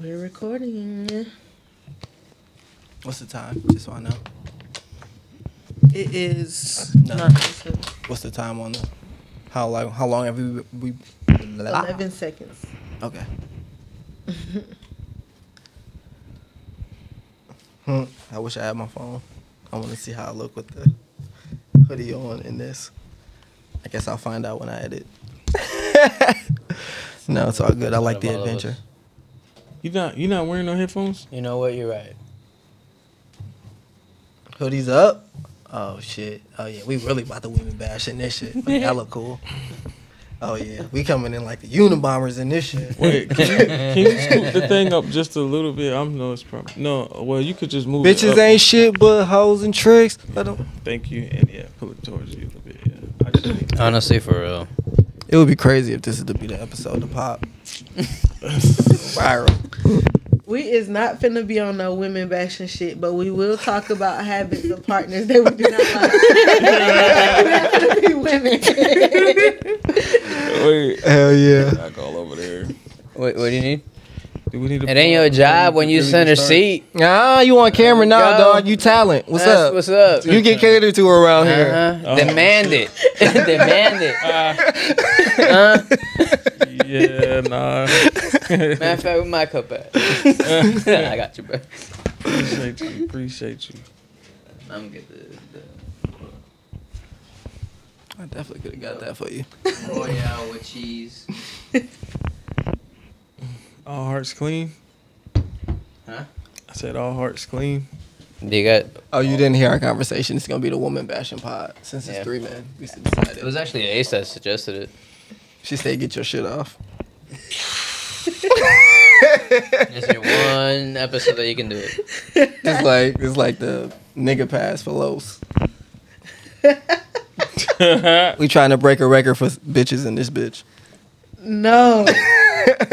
We're recording. What's the time? Just so I know. It is No. nine seconds. What's the time on the? How long? How long have we? we blah. eleven seconds. Okay. Hmm, I wish I had my phone. I want to see how I look with the hoodie on in this. I guess I'll find out when I edit. no, it's all good. I like the What about adventure. You not you not wearing no headphones? You know what? You're right. Hoodies up. Oh shit. Oh yeah, we really about to women bash in this shit. Like, that look cool. Oh yeah, we coming in like the Unibombers in this shit. Wait, can you, can you scoop the thing up just a little bit? I'm no, it's probably no. Well, you could just move. it Bitches up. ain't shit but hoes and tricks. Let 'em- Thank you, and yeah, pull it towards you a little bit. Yeah, I just need to- Honestly, for real. It would be crazy if this is to be the episode to pop. Viral. We is not finna be on no women bashing shit, but we will talk about habits of partners that we do not like. We're not finna be women. Wait, Hell yeah. back all over there. Wait, what do you need? Do we need? to It ain't pull your up job before when we you really send her start? seat. Ah, you on camera now, Yo. dog. You talent. What's That's up? what's up? You get catered to around here. Uh-huh. Oh, Demand it. Demand it. Ah, Huh? yeah, nah. Matter of fact, with my cup at. I got you, bro. appreciate you. Appreciate you. I'm good. The, I definitely could have got that for you. the Royale with cheese. All hearts clean. Huh? I said all hearts clean. You got. Oh, you didn't hear our conversation. It's gonna be the woman bashing pod. Since it's Yeah. three men, we should decide It was it. actually Ace that suggested it. She said, "Get your shit off." This is your one episode that you can do it. It's like it's like the nigga pass for Los. We trying to break a record for bitches in this bitch. no.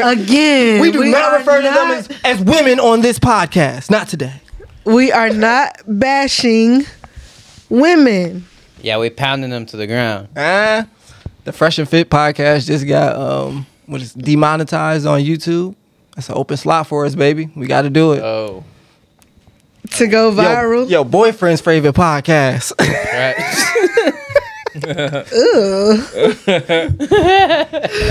Again. We do not are refer to them not- as, as women on this podcast. Not today. we are not bashing women. Yeah, we pounding them to the ground. Ah, the Fresh and Fit podcast just got um what is demonetized on YouTube. That's an open slot for us, baby. We got to do it. Oh, To go Yo- Uh, viral. Yo, boyfriend's favorite podcast. right. Ugh.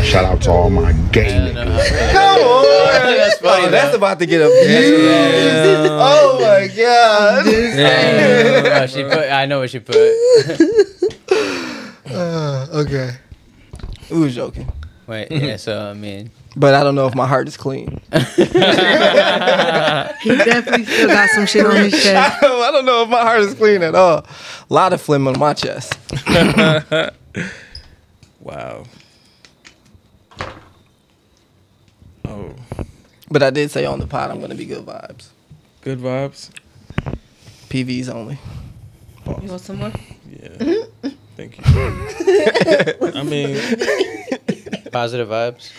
Shout out to all my gay niggas. Come on. That's funny, Oh, that's though. about to get a Oh my god. Damn. Oh, she put. I know what she put. okay. We was joking. Wait, yeah, so I mean, But I don't know if my heart is clean. He definitely still got some shit on his chest. I don't know if my heart is clean at all. A lot of phlegm on my chest. Wow. Oh, But I did say on the pod I'm gonna be good vibes. good vibes. PVs only. You want some more? Yeah. Thank you. I mean, positive vibes.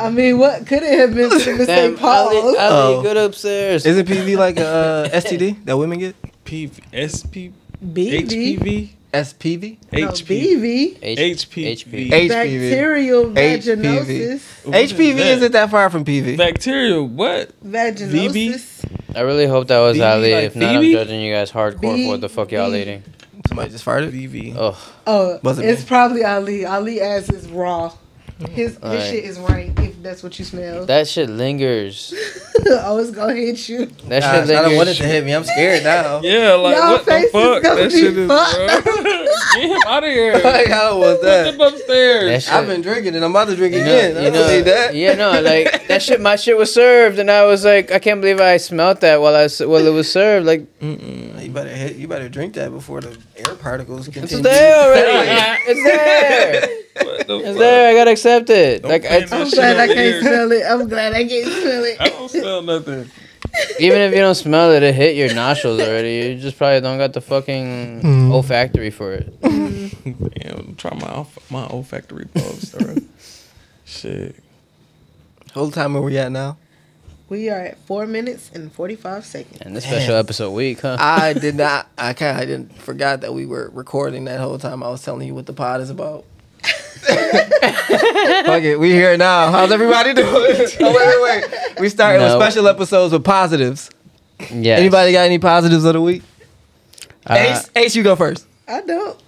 I mean, what could it have been for them to say Ali, Ali, pause? Oh. good upstairs. Isn't PV like a uh, STD that women get? PV, SP, BV. HPV, SPV? No, HP, BV. H- HPV. HPV. HPV. Bacterial HPV. vaginosis. What is HPV that? isn't that far from PV. bacterial. What? Vaginosis. I really hope that was Phoebe, Ali. like if not, I'm Phoebe? judging you guys hardcore for what the fuck y'all Phoebe. eating. Somebody just farted. VV. Ugh. Oh, Wasn't it's me. probably Ali. Ali ass is raw. His, his Alright. shit is rank if that's what you smell. That shit lingers. Always gonna hit you. That Gosh, shit I don't want it lingers. to hit me. I'm scared now. Yeah, like Y'all what the faces fuck? gonna That be shit is. fucked. bro. Get him out of like, here. I don't want Put that. him That upstairs. shit- I've been drinking and I'm about to drink You know- again. I you don't know- need that. Yeah, no, like that shit. My shit was served, and I was like, I can't believe I smelt that while I s- while it was served. Like You better hit, you better drink that before the air particles it's continue. there already. it's there. What the It's fuck? there. I gotta accept it. Don't like play it's, no I'm That shit glad I over can't here. smell it. I'm glad I can't smell I it. don't smell nothing. even if you don't smell it, it hit your nostrils already. You just probably don't got the fucking Mm-hmm. olfactory for it. Damn, try my olf- my olfactory bulbs, bro. Shit. Whole time where we at now? We are at four minutes and forty five seconds. And this special episode week, huh? I did not. I kind of didn't forgot that we were recording that whole time. I was telling you what the pod is about. Fuck it, we here now. How's everybody doing? oh, wait, wait, wait. We started No. with special episodes with positives. Yeah. Anybody got any positives of the week? Uh, Ace, Ace, you go first. I don't.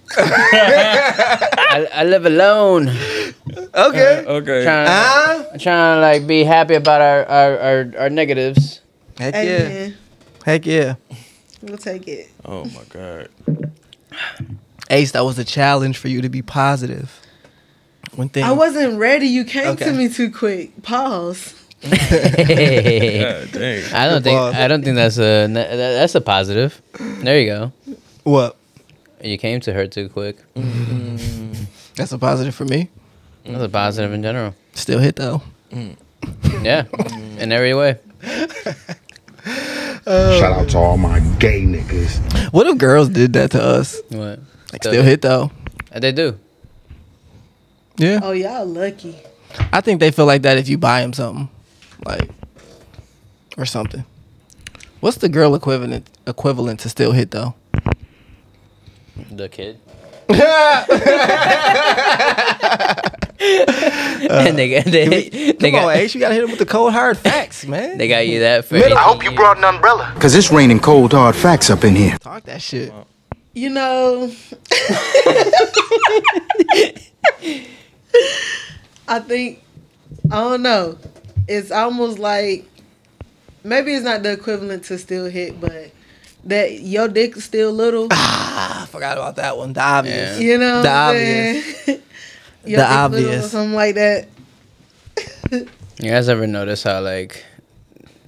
I, I live alone. Uh, Okay. Okay. Trying, Ah, trying to like be happy about our our, our, our negatives. heck yeah, Amen. heck yeah. We'll take it. oh my god. Ace, that was a challenge for you to be positive. One thing. I wasn't ready. You came Okay. to me too quick. Pause. I God dang. don't think Pause. I don't think that's a that, that's a positive. There you go. What? You came to her too quick. That's a positive for me. That's a positive in general. Still hit though. Yeah, in every way. Shout out to all my gay niggas. What if girls did that to us? What? Like, still hit though. They do. Yeah. Oh, y'all lucky. I think they feel like that if you buy them something, like or something. What's the girl equivalent equivalent to still hit though? The kid. Come and they got they, they on, got Ace, you gotta hit them with the cold hard facts, man. they got you that for. Middle- I hope you brought. Cause it's raining cold hard facts up in here. Talk that shit. You know, I think I don't know. It's almost like maybe it's not the equivalent to still hit, but that your dick still little. Ah, I forgot about that one. The obvious. You know, what The I'm obvious. saying? Your The dick little or obvious. something like that. You guys ever notice how like,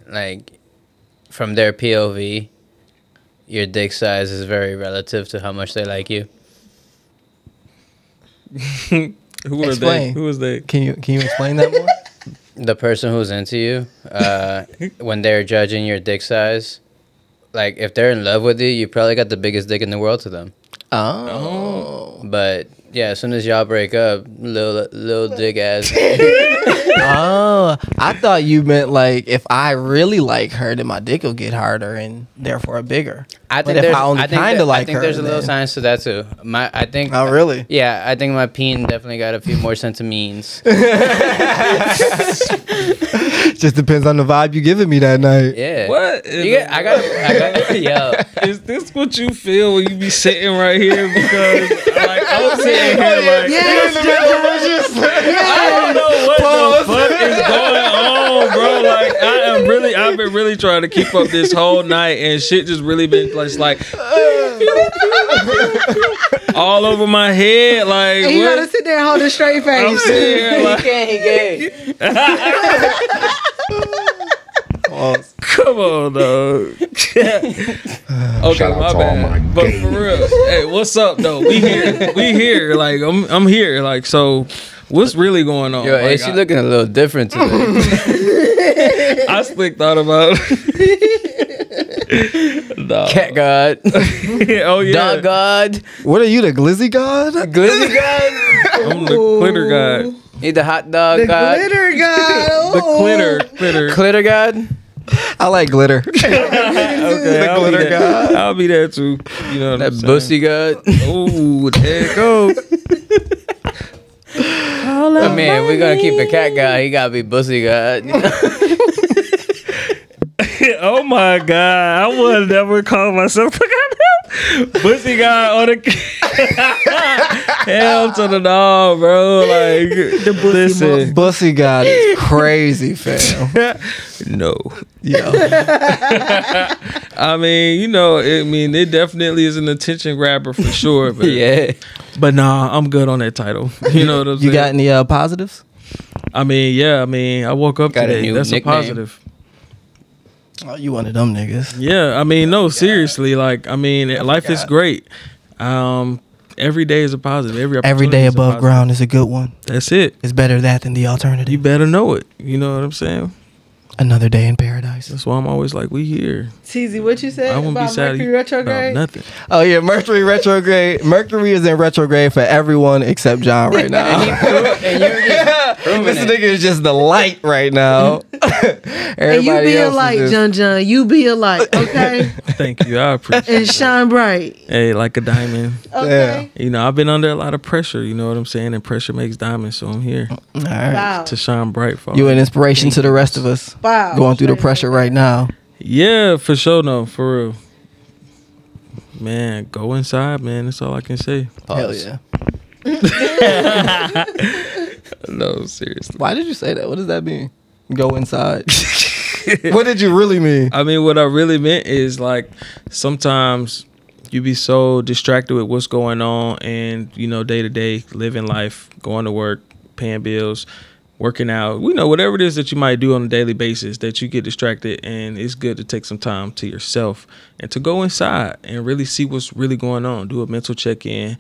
like, from their POV, your dick size is very relative to how much they like you. Who are they? Explain. Who is they? Can you can you explain that more? The person who's into you, uh, when they're judging your dick size, like if they're in love with you, you probably got the biggest dick in the world to them. oh. But yeah, as soon as y'all break up, little little dick ass. Oh. I thought you meant like if I really like her, then my dick will get harder and therefore bigger. I But think if there's, I I only think kinda that- I like think her, there's a little then- science to that too. My, I think. Oh really? Yeah, I think my peen definitely got a few more centimeters. Just depends on the vibe you giving me that night. Yeah. What? in You get, the I got. I got. Yo. Is this what you feel when you be sitting right here? Because like I'm sitting Oh, here like Yes, I don't know what the fuck is going on, bro. Like I am really, I've been really trying to keep up this whole night, and shit just really been just like all over my head. Like and you gotta what? sit there and hold a straight face. I'm sitting here like, Pause. come on, dog. okay, Shout out my to all my bad. But gay for real, hey, what's up though? We here, we here. Like I'm, I'm here. Like so. What's really going on? Yo, Like, Ace, you looking a little different today. I, I slick thought about. Nah. Cat God, oh yeah. Dog God, What are you, the glizzy god? Glizzy God. I'm the glitter guy. Need the hot dog The God, glitter guy. The glitter, glitter. Clitter God. I like glitter. Okay, I'll glitter be there. guy. I'll be there too. You know what That I'm bussy God. Oh, there it go. I mean, we're gonna keep the cat God. He gotta be bussy God. oh my god, I would never call myself a goddamn pussy guy on the hell to the dog, bro. Like the listen, Bussy god is crazy, fam. no. Yo. I mean, you know, I mean, it definitely is an attention grabber for sure. But, yeah. but nah, I'm good on that title. You know what I'm You saying? got any uh, positives? I mean, yeah. I mean, I woke up Got a today. new That's nickname. a positive. Oh, you one of them niggas. Yeah, I mean, Oh no, seriously. Like, I mean, life is great. Um, every day is a positive. Every Every opportunity day is a above positive. ground is a good one. That's it. It's better that than the You alternative. better know it. You know what I'm saying? Another day in paradise. That's why I'm always like, we here. TZ, what you said I won't be about sad Mercury about retrograde? nothing. Oh yeah, Mercury retrograde. Mercury is in retrograde for everyone except John right now. And you're this nigga is just the light right now. and you Everybody be a else is light, just- John John. You be a light, okay? Thank you. I appreciate and shine bright, it. Hey, like a diamond. okay? You know, I've been under a lot of pressure, you know what I'm saying? And pressure makes diamonds, so I'm here All right. Wow. to shine bright for You an inspiration to the rest of us Wow. going through the pressure right now. Yeah, for sure, no, for real. Man, go inside, man. That's all I can say. Hell yeah. No, seriously. Why did you say that? What does that mean? Go inside. what did you really mean? I mean, what I really meant is like sometimes you be so distracted with what's going on and you know day to day living life, going to work, paying bills, working out. We know whatever it is that you might do on a daily basis that you get distracted and it's good to take some time to yourself and to go inside and really see what's really going on. Do a mental check-in.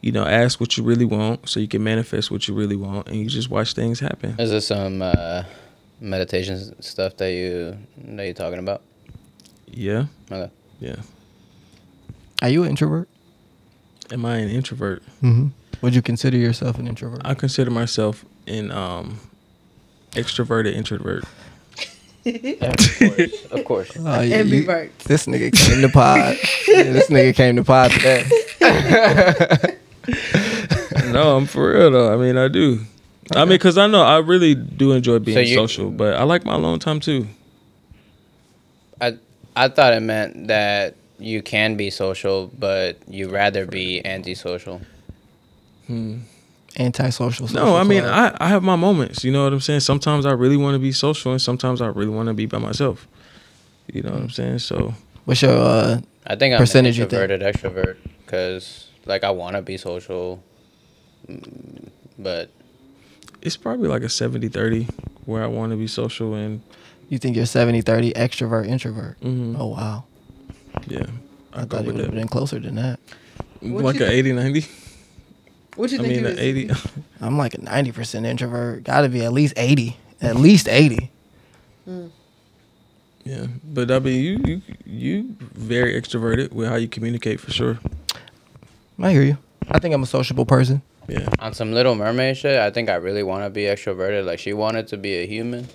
You know, ask what you really want so you can manifest what you really want and you just watch things happen. Is this some uh, meditation stuff that you that you're talking about? Yeah. Okay. Yeah. Are you an introvert? Am I an introvert? Would you consider yourself an introvert? I consider myself an um, extroverted introvert. Of course. Oh, yeah, And you- be bright. this nigga came to pod. Yeah, this nigga came to pod today. no, I'm for real though. I mean, I do. I mean, cause I know I really do enjoy being So you- social, but I like my alone time too. I I thought it meant that you can be social, but you rather be antisocial. Antisocial. No, I mean, I, I have my moments. You know what I'm saying? Sometimes I really want to be social, and sometimes I really want to be by myself. You know what I'm saying? So What's your? Uh, I think I'm Percentage an you think? introverted extrovert because like I want to be social, mm, but it's probably like a 70 30 where I want to be social, and you think you're 70, 30 extrovert introvert? Mhm. Oh wow. yeah, I, I go thought it would with have that. been closer than that. What Like you- a 80 90. What you I think mean, you an is? 80. I'm like a 90% introvert. Got to be at least 80. At least 80. Yeah, but I mean, you you you very extroverted with how you communicate for sure. I hear you. I think I'm a sociable person. Yeah, on some Little Mermaid shit, I think I really want to be extroverted. Like she wanted to be a human.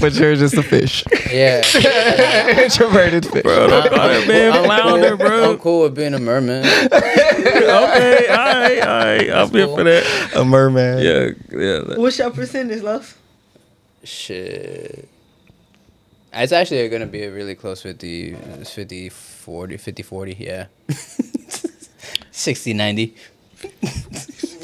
But you're just a fish. Yeah, Introverted fish. man, flounder, I'm, cool, bro. I'm cool with being a merman. okay, all right, all right. I'm here for that. A merman. Yeah, yeah. that- What's your percentage, Los? Shit. It's actually going to be a really close 50, it's 50, 40, 50, 40, yeah. 60, 90.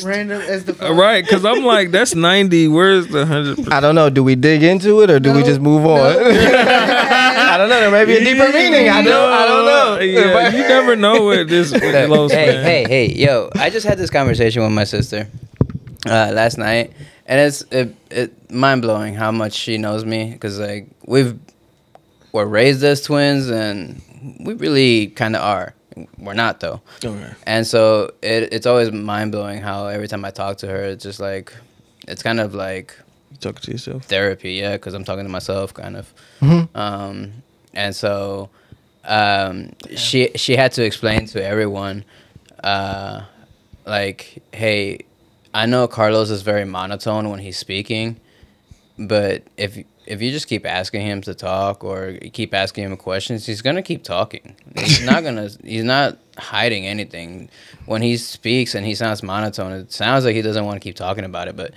Random as the fuck. All right, because I'm like, that's 90. Where's the 100? I don't know. Do we dig into it or do we No. just move on? I don't know. There may be a deeper meaning. I don't. I don't know. Yeah, you never know what this with Look, Los, hey, man. hey, hey, yo! I just had this conversation with my sister uh, last night, and it's it, it mind blowing how much she knows me because like we've we're raised as twins, and we really kind of are. We're not though, Okay. and so it, it's always mind blowing how every time I talk to her, it's just like it's kind of like You talking to yourself? therapy, yeah, because I'm talking to myself, kind of. Um, and so um, she she had to explain to everyone, uh, like, hey, I know Carlos is very monotone when he's speaking, but if if you just keep asking him to talk or you keep asking him questions, he's gonna keep talking. He's not gonna. He's not hiding anything. When he speaks and he sounds monotone, it sounds like he doesn't want to keep talking about it, but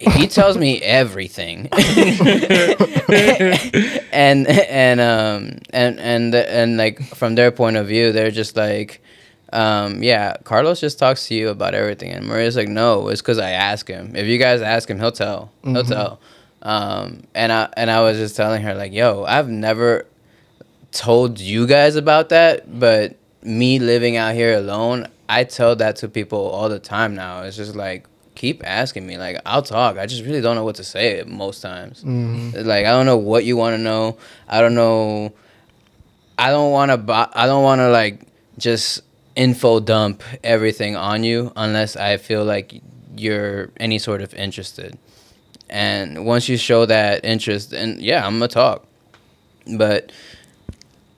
he tells me everything and and um and and and like from their point of view they're just like um yeah carlos just talks to you about everything and maria's like no it's because i ask him if you guys ask him he'll tell he'll tell um and i and i was just telling her like yo i've never told you guys about that, but me living out here alone, I tell that to people all the time now. It's just like keep asking me. Like I'll talk. I just really don't know what to say most times. Like I don't know what you want to know. I don't know. I don't want to. Bo- I don't want to like just info dump everything on you unless I feel like you're any sort of interested. And once you show that interest, and yeah, I'm gonna talk. But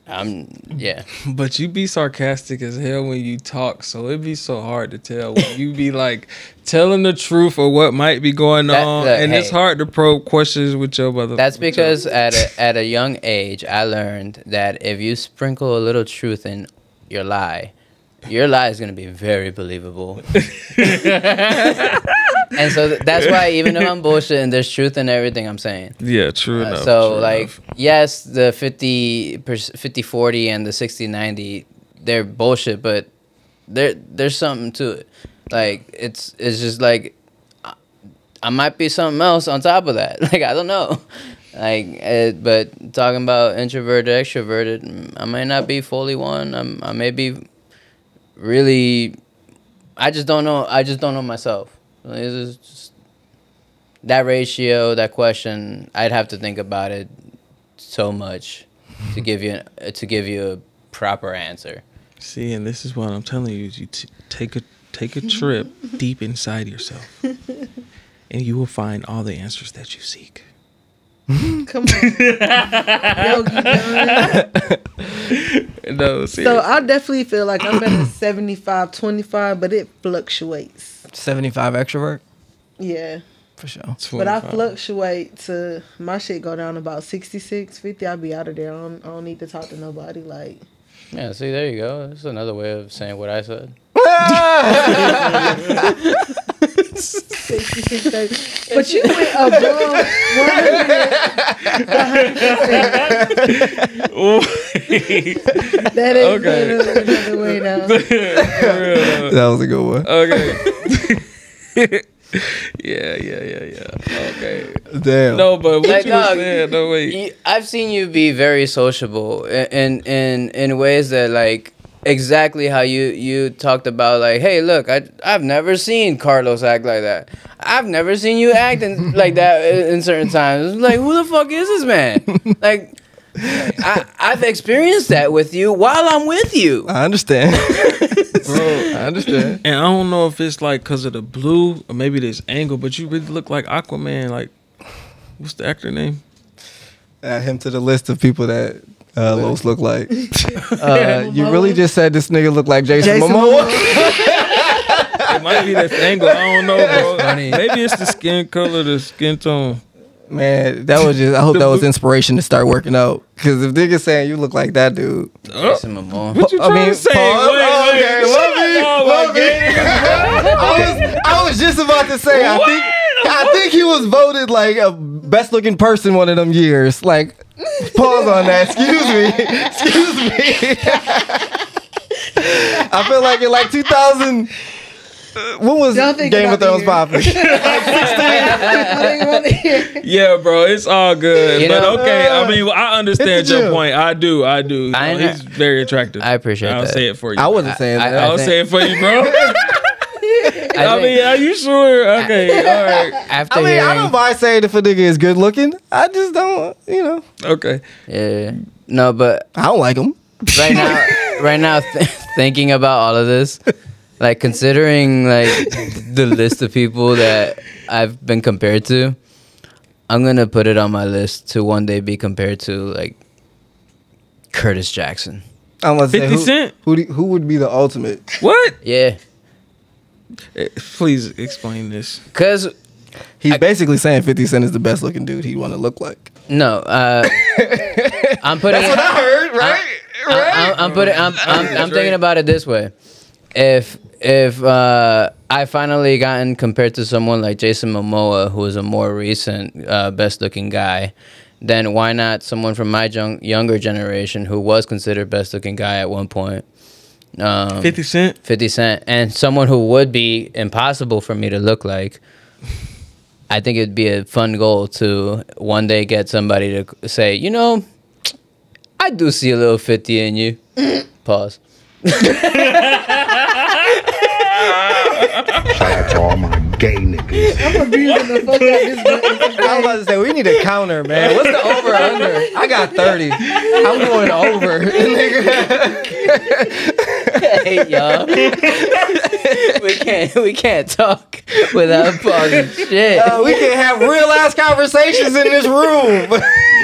I'm yeah. But you be sarcastic as hell when you talk, so it'd be so hard to tell. When you be like telling the truth of what might be going That- on, look, and it's hey. hard to probe questions with your brother. That's with your- because at a, at a young age, I learned that if you sprinkle a little truth in your lie, your lie is going to be very believable. and so th- that's why even if I'm bullshitting, there's truth in everything I'm saying. yeah, true Uh, enough. so true like enough. yes, the 50 50 40 and the 60 90 they're bullshit, but there there's something to it. Like it's it's just like I- I might be something else on top of that. Like I don't know. Like uh, but talking about introverted extroverted, mm, I might not be fully one. I'm, I may be really I just don't know. I just don't know myself. It's just- just- that ratio, that question, I'd have to think about it so much to give you an- to give you a proper answer. see, and this is what I'm telling you: is you t- take a take a trip deep inside yourself, and you will find all the answers that you seek. Come on. Yogi Berra. Oh, No, see, so I definitely feel like I'm at a 75 25, but it fluctuates. 75 extrovert Yeah. for sure. But I fluctuate to my shit go down about 66, 50. I'll be out of there. I don't, I don't need to talk to nobody. Like, Yeah. See, there you go. That's another way of saying what I said. 66, 30. But you went above 100. That ain't Okay. okay. another way down. Uh, That was a good one. okay. yeah, yeah, yeah, yeah. Okay. Damn. uh, No, but what Like, you were dog, saying, no wait. You- I've seen you be very sociable i- in in in ways that like exactly how you you talked about like hey look I I've never seen Carlos act like that. I've never seen you act in, like that i- in certain times. It's Like who the fuck is this man? Like I I've experienced that with you while I'm with you. I understand. Bro, I understand. and I don't know if it's like because of the blue or maybe this angle, but you really look like Aquaman. Like, what's the actor name? Add him to the list of people that uh, Los look like. Uh, you really just said this nigga look like Jason, Jason Momoa? It might be this angle. I don't know, bro. funny. Maybe it's the skin color, the skin tone. Man, that was just. I hope that was inspiration to start working out. Because if niggas saying you look like that dude, Uh, Jason Momoa. What you I trying mean, to say? pause. Wait, Oh, wait. okay, love me, Oh, my love me. I was, I was just about to say. I think I think he was voted like a best looking person one of them years. Like, pause on that. Excuse me. Excuse me. I feel like in like 2000. uh, When was Y'all thinking Game of about Thrones the popping? I don't even want to hear. Yeah, bro, it's all good. You but know- okay, I mean, I understand Hit the your gym. point. I do, I do. I No, know. he's very attractive. I appreciate I'll that. say it for you. I wasn't saying I- that. I'll think- say it for you, bro. I, think- mean, are you sure? Okay, all right, after I mean, I hearing- don't mind saying if a nigga is good looking. I just don't, you know. okay. yeah. No, but I don't like him. right now right now th- thinking about all of this like considering like the list of people that i've been compared to i'm gonna put it on my list to one day be compared to like curtis jackson I'm gonna say 50 who, Cent? Who, do, who would be the ultimate? What? yeah Eh, Please explain this. because He's basically saying 50 Cent is the best looking dude he'd want to look like. no uh i'm putting That's what I heard, right? I, I'm, I'm putting. I'm, I'm, I'm That's thinking right. about it this way. If if uh, I finally gotten compared to someone like Jason Momoa, who is a more recent uh, best looking guy, then why not someone from my young, younger generation who was considered best looking guy at one point? Um, 50 Cent? 50 Cent, and someone who would be impossible for me to look like, I think it'd be a fun goal to one day get somebody to say, you know, I do see a little 50 in you. Pause. Shout out to all my gay niggas. I'm abusing the fuck out this button. I was about to say, we need a counter, man. What's the over under? I got 30. I'm going over. Nigga. hey y'all. we can't we can't talk without pausing shit. Uh, we can have real ass conversations in this room.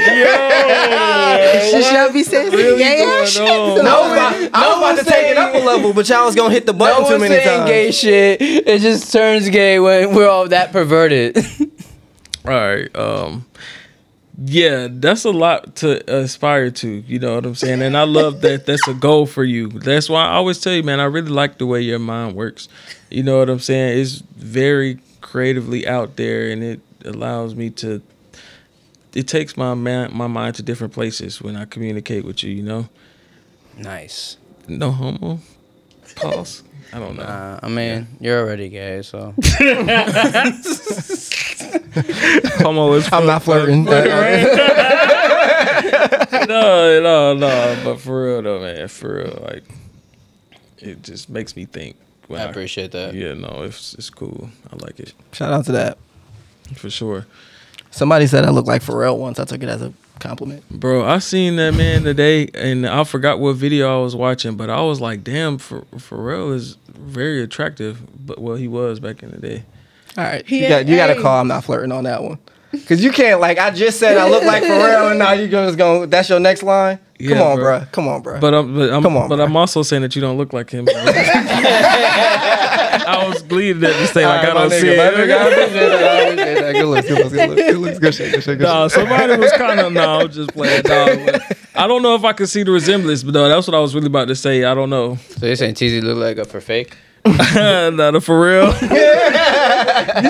Should y'all be saying some gay ass shit? on? So I was about, I was about to take it up a level, but y'all was gonna hit the no button too one's many saying times. gay shit. It just turns gay when we're all that perverted. All right. Um yeah, that's a lot to aspire to, you know what I'm saying? And I love that that's a goal for you. That's why I always tell you, man, I really like the way your mind works. You know what I'm saying? It's very creatively out there and it allows me to it takes my man, my mind to different places when I communicate with you, you know? nice. No homo. Pause. I don't know. Uh, I mean, you're already gay, so Homo is I'm not flirting. no, no, no. But for real though, man, for real, like it just makes me think. when I appreciate that. Yeah, no, it's it's cool. I like it Shout out to that. for sure, Somebody said I look like Pharrell once. I took it as a compliment. bro. I seen that man today, and I forgot what video I was watching, but I was like, damn, for Pharrell is very attractive. But well, he was back in the day. All right, He you got you got to ain't. call. I'm not flirting on that one. Cause you can't like I just said I look like Pharrell, and now you just going. That's your next line. Come Yeah, on, bro. bruh. Come on, bruh. But I'm, but I'm, Come on, but bro. I'm also saying that you don't look like him. I was bleeding at this thing. Like I don't see it. Good looks, good looks, good looks, good looks, good shit, good shit, good Nah, shit. somebody was kind of no. I'm just playing. Nah, but I don't know if I can see the resemblance, but no, that's what I was really about to say. I don't know. So you're saying TZ look like a for fake? Not for real. you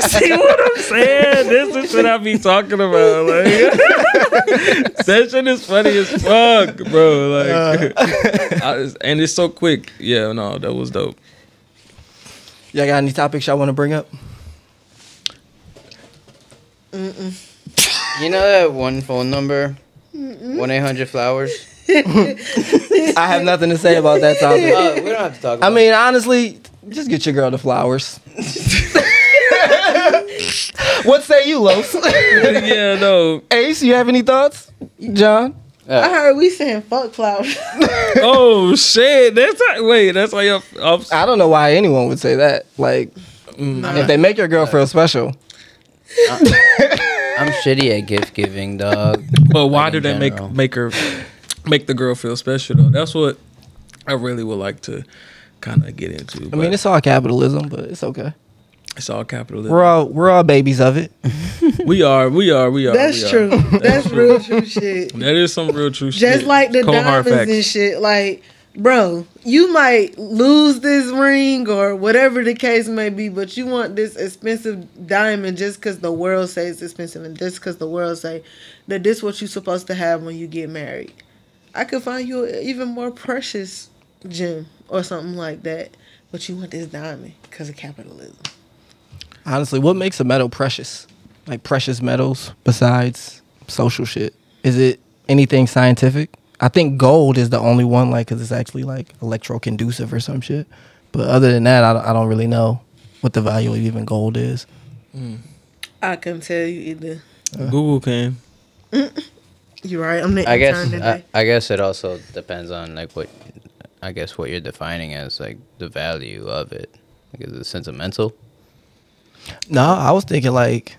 see what I'm saying? This is what I be talking about. Like, that shit is funny as fuck, bro. Like, I- and it's so quick. Yeah, no, that was dope. Y'all got any topics y'all want to bring up? You know that one phone number, one eight hundred flowers. I have nothing to say about that topic. Oh, we don't have to talk. I About mean, honestly, just get your girl the flowers. what say you, Los? Yeah, no. Ace, you have any thoughts? John? I heard we saying fuck flowers. Oh shit. That's how, wait. That's why y'all. I'm, I don't know why anyone would say that. Like, Mm. if they make your girl feel special, I'm shitty at gift giving, dog. But why Like, do in they make general. make her make the girl feel special though? That's what I really would like to kind of get into. I mean, it's all capitalism, but it's okay. it's all capitalism. We're all we're all babies of it. We are, we are, we are. That's we are. true. That's real true shit. That is some real true shit. Just like the Cold hard diamonds and facts. shit. Like, bro, you might lose this ring or whatever the case may be, but you want this expensive diamond just because the world says it's expensive and just because the world say that this what you supposed to have when you get married. I could find you an even more precious gem or something like that, but you want this diamond because of capitalism. Honestly, what makes a metal precious? Like precious metals besides social shit. Is it anything scientific? I think gold is the only one, like, because it's actually like electroconducive or some shit. But other than that, I, don't- I don't really know what the value of even gold is. I can tell you either. Google can. You're right. I'm the I guess intern today. I, I guess it also depends on like what I guess what you're defining as like the value of it. Like, is it sentimental? No, I was thinking like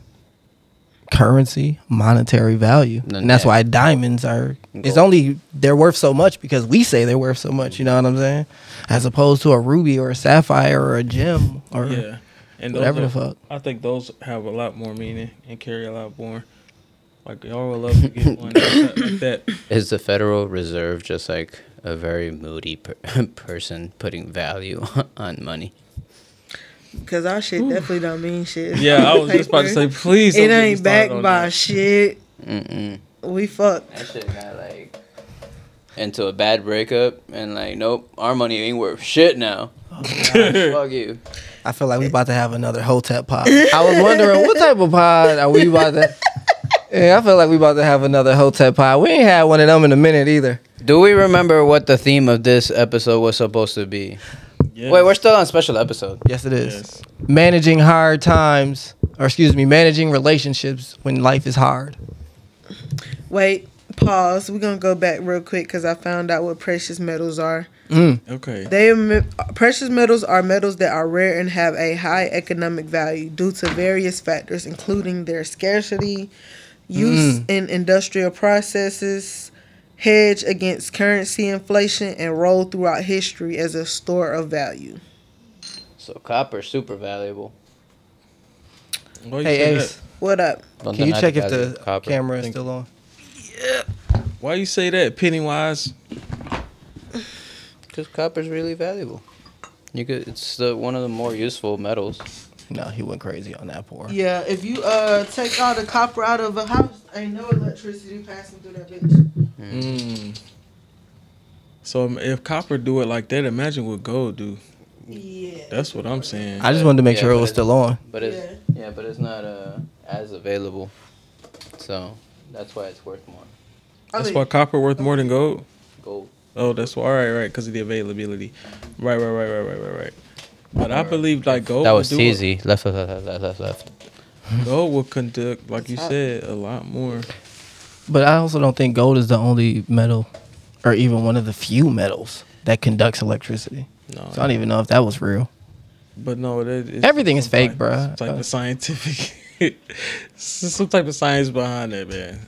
currency, monetary value. Then And that's yeah. why diamonds are it's Gold. only they're worth so much because we say they're worth so much, you know what I'm saying? As opposed to a ruby or a sapphire or a gem or Yeah. And those whatever the are- fuck. I think those have a lot more meaning and carry a lot more. Like y'all would love to get one like that. like that. Is the Federal Reserve just like a very moody per- person putting value on money? Cause our shit definitely don't mean shit. It's Yeah, I was just about to paper. say, please. don't it get me ain't started backed on by that. shit. We fucked. That shit got like into a bad breakup and like nope, our money ain't worth shit now. Fuck you. I feel like we about to have another Hotep pod. I was wondering what type of pod are we about to Yeah, I feel like we about to have another Hotep pod. We ain't had one of them in a minute either. Do we remember what the theme of this episode was supposed to be? Yes. Wait, we're still on special episode. Yes it is. Yes. Managing hard times or excuse me, managing relationships when life is hard. Wait, pause. We're gonna go back real quick because I found out what precious metals are. Mm. Okay. They are me- precious metals are metals that are rare and have a high economic value due to various factors, including their scarcity, Mm. use in industrial processes, hedge against currency inflation, and role throughout history as a store of value. So copper super valuable. Why you say Hey that? Ace, What up? Don't can you deny check if value the of copper. camera is still on? Why you say that? Pennywise. Because copper's really valuable. You could. It's the one of the more useful metals. No, he went crazy on that pour. Yeah, if you uh take all the copper out of a house, ain't no electricity passing through that bitch. Mm. So um, if copper do it like that, imagine what gold do. Yeah. That's what I'm saying. I just wanted to make Yeah, sure it but was it- still on. But it's yeah, but it's not uh as available. So that's why it's worth more. That's why copper worth more than gold. Gold. Oh, that's why. All right, right, because of the availability. Right, right, right, right, right, right, right. But I believe like Oh, gold. That will was do- cheesy. Left, left, left, left, left, left. Gold will conduct, like you said, a lot more. But I also don't think gold is the only metal, or even one of the few metals that conducts electricity. No, So I don't even know if that was real. but no, that is Everything is some fake, type- bruh. some Type of scientific, some type of science behind that, man.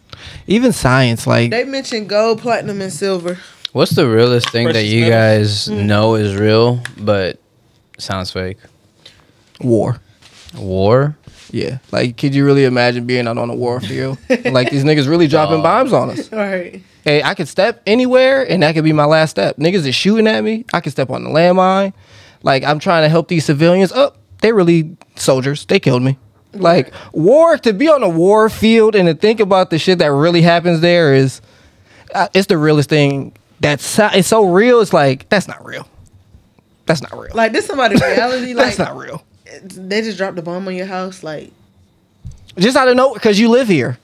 Even science, like They mentioned gold, platinum, and silver. What's the realest thing that Precious you metals. Hmm. guys know is real but sounds fake? war. War. Yeah. Like, could you really imagine being out on a war field? like these niggas really dropping bombs on us. All right. Hey, I could step anywhere, and that could be my last step. Niggas is shooting at me. I could step on the landmine. Like I'm trying to help these civilians. Oh, they really soldiers. They killed me. Like war to be on a war field and to think about the shit that really happens there is, uh, it's the realest thing. That's so- it's so real. It's like that's not real. That's not real. Like this somebody reality. Like that's not real. they just dropped a bomb on your house, like Just out of nowhere because you live here.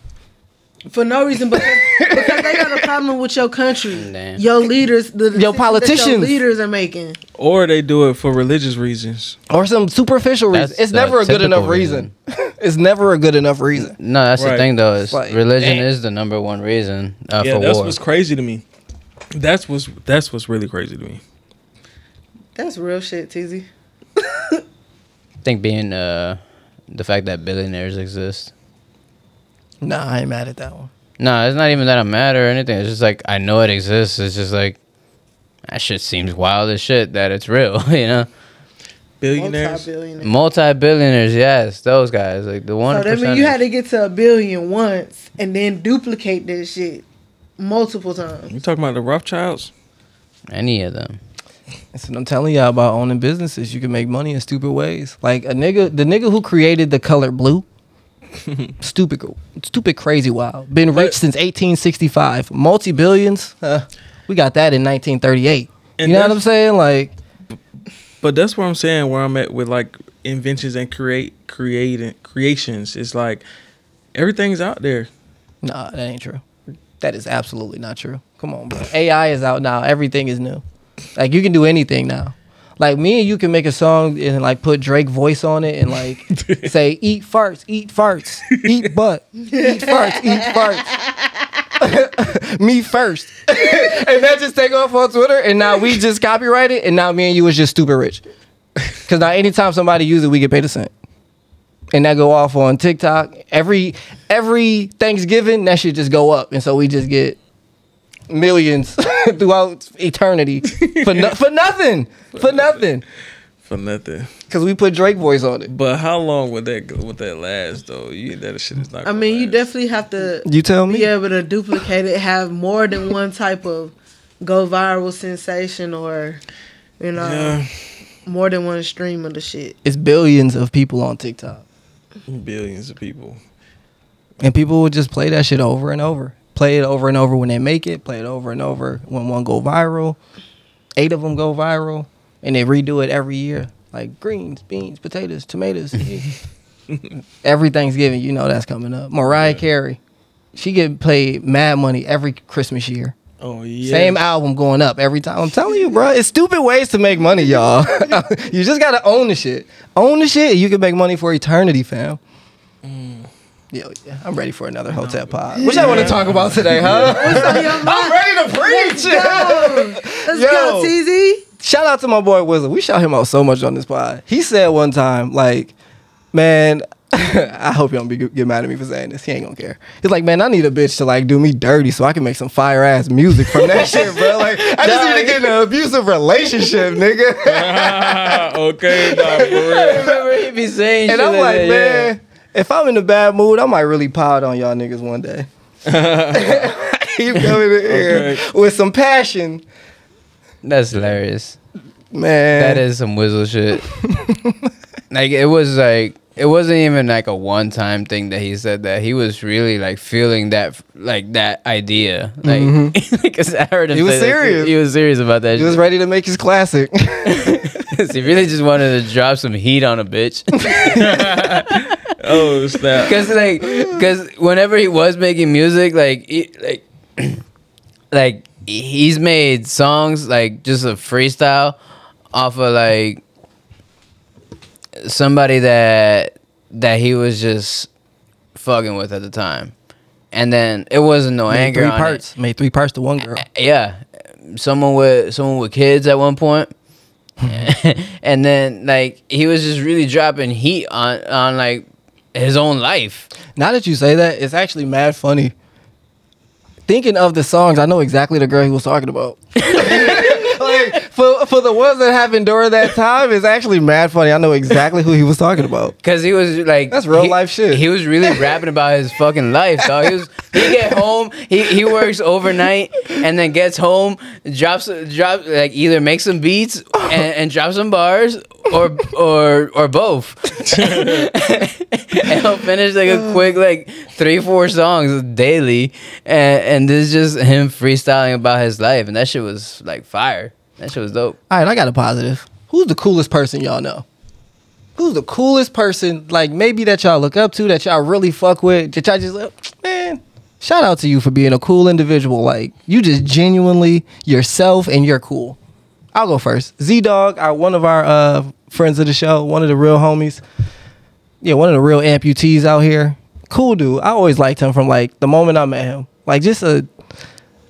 for no reason, because, because they got a problem with your country, Damn. your leaders, the decisions that politicians. leaders are making. Or they do it for religious reasons. or some superficial That's reason. It's the never a good typical enough reason. it's never a good enough reason. No, that's the Right. thing though. Is Like, religion damn. is the number one reason uh, Yeah, for that's war. what's crazy to me. That's what's that's what's really crazy to me. That's real shit, Tizzy. I think being uh, the fact that billionaires exist. Nah, I ain't mad at that one. No, it's not even that I'm mad or anything. It's just like I know it exists. It's just like that shit seems wild as shit that it's real. You know, Billionaires. Multi-billionaire. multi billionaires, yes, those guys, like the one So that means percent. you had to get to a billion once and then duplicate that shit multiple times. You talking about the Rothschilds? any of them. That's what I'm telling y'all about owning businesses. You can make money in stupid ways. Like a nigga, the nigga who created the color blue, stupid, stupid, crazy, wild. Been rich since 1865. Multi billions. we got that in 1938. And you know what there's- I'm saying? Like, But that's where I'm saying where I'm at with like inventions and create creating creations. It's like everything's out there. nah, that ain't true. That is absolutely not true. Come on, bro. AI is out now. Everything is new. Like you can do anything now. Like me and you can make a song and like put Drake voice on it and like say eat farts, eat farts, eat butt, eat farts, eat farts. me first. and that just take off on Twitter and now we just copyright it and now me and you is just stupid rich. Cause now anytime somebody use it, we get paid a cent. And that go off on TikTok. Every every Thanksgiving, that should just go up. And so we just get millions throughout eternity for no, for nothing for nothing For nothing. because we put Drake voice on it. But how long would that go- would that last though? You that shit is not. I gonna mean, you last. definitely have to You tell me. be able to duplicate it, have more than one type of go viral sensation or you know more than one stream of the shit. It's billions of people on TikTok, yeah, billions of people. and people would just play that shit over and over. Play it over and over when they make it. Play it over and over when one go viral. Eight of them go viral, and they redo it every year. Like greens, beans, potatoes, tomatoes. every Thanksgiving, you know that's coming up. Mariah Carey, she get paid mad money every Christmas year. Oh yeah. Same album going up every time. I'm telling you, bro, it's stupid ways to make money, y'all. you just gotta own the shit. Own the shit. You can make money for eternity, fam. Yeah, yeah. I'm ready for another hotel pod. What y'all want to talk about today, huh? What's on your I'm mind? ready to preach. Let's go, Yo. TZ. Shout out to my boy Wizard. We shout him out so much on this pod. He said one time, like, man, I hope you don't be, get mad at me for saying this. He ain't gonna care. He's like, man, I need a bitch to like do me dirty so I can make some fire ass music from that shit, bro. Like, I just need to get in an abusive relationship, nigga. okay, nah, for real. Remember he be saying and shit I'm like, that, yeah. man, if I'm in a bad mood, I might really pile on y'all niggas one day. you coming in here with some passion, That's hilarious. man. That is some whistle shit. like it was like it wasn't even like a one time thing that he said that. He was really like feeling that like that idea. Like because I heard Mm-hmm. him He was say that, too. serious. he was serious about that. He was shit. ready to make his classic. he really just wanted to drop some heat on a bitch. Oh snap! Cause like, cause whenever he was making music, like, he, like, like he's made songs like just a freestyle off of like somebody that that he was just fucking with at the time, and then it wasn't no Made anger three on parts. Made three parts to one girl. it. Yeah, someone with someone with kids at one point. and then like he was just really dropping heat on on like his own life. Now that you say that, it's actually mad funny. Thinking of the songs, I know exactly the girl he was talking about. like for for the ones that happened during that time, it's actually mad funny. I know exactly who he was talking about. Cause he was like That's real he- life shit. He was really rapping about his fucking life, dog. He was he get home, he, he works overnight, and then gets home, drops drop like either makes some beats and, and drops some bars or or or both. and he'll finish like a quick like three four songs daily, and and this is just him freestyling about his life, and that shit was like fire. That shit was dope. All right, I got a positive. Who's the coolest person y'all know? Who's the coolest person, like maybe that y'all look up to, that y'all really fuck with, that y'all just like, man, shout out to you for being a cool individual. Like, you just genuinely yourself and you're cool. I'll go first. Z Dog, our one of our uh, friends of the show, one of the real homies. Yeah, one of the real amputees out here. Cool dude. I always liked him from like the moment I met him. Like just a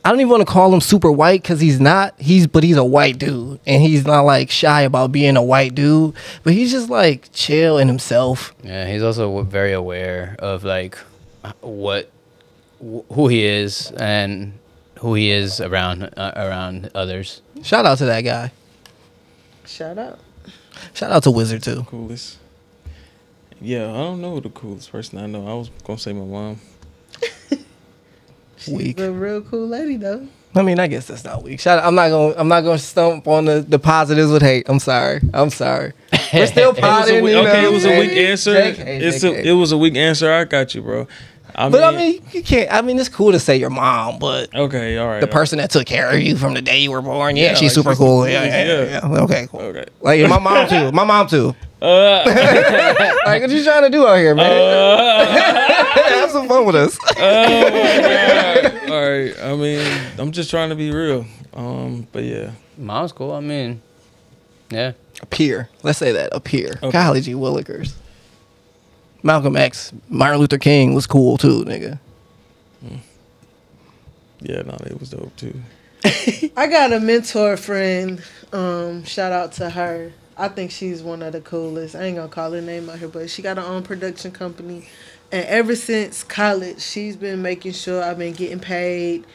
I don't even want to call him super white because he's not. He's but he's a white dude, and he's not like shy about being a white dude. But he's just like chill in himself. Yeah, he's also w- very aware of like h- what wh- who he is and who he is around uh, around others. Shout out to that guy. Shout out. Shout out to Wizard too. Coolest. Yeah, I don't know the coolest person I know. I was gonna say my mom. Weak. The real cool lady though. I mean, I guess that's not weak. Shout out. I'm not gonna. I'm not gonna stump on the, the positives with hate. I'm sorry. I'm sorry. We're still It was a potting. we- you okay, know, it was a weak hey, answer. JK, it's JK. a, it was a weak answer. I got you, bro. I but I mean, you can't. I mean, it's cool to say your mom, but okay, all right. the person that took care of you from the day you were born, yeah, Yeah, she's like, super she's cool. the Yeah, yeah, coolest, yeah, yeah. Okay, cool. Okay. Like my mom too. My mom too. Uh, Like, what you trying to do out here, man? Have some fun with us. all right. I mean, I'm just trying to be real. Um, but yeah, Mom's cool. I mean, yeah. A peer. Let's say that. A peer. Golly gee willikers. Malcolm X, Martin Luther King was cool too, nigga. yeah, no, it was dope too. I got a mentor friend. Um, shout out to her. I think she's one of the coolest. I ain't gonna call her name out here, but she got her own production company. And ever since college, she's been making sure I've been getting paid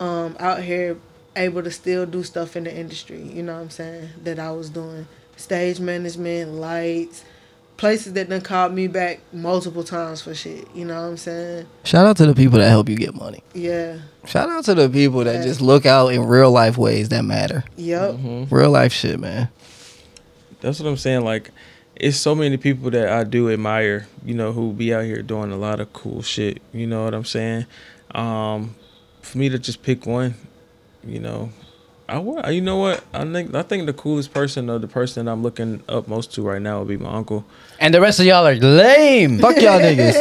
um, out here, able to still do stuff in the industry. You know what I'm saying? That I was doing stage management, lights, places that done called me back multiple times for shit. You know what I'm saying? Shout out to the people that help you get money. Yeah. Shout out to the people that just look out in real life ways that matter. Yep. Real life shit, man. That's what I'm saying. Like, it's so many people that I do admire, you know, who be out here doing a lot of cool shit. You know what I'm saying? Um, for me to just pick one, you know, I would. You know what? I think I think the coolest person or the person that I'm looking up most to right now would be my uncle. And the rest of y'all are lame. Fuck y'all niggas.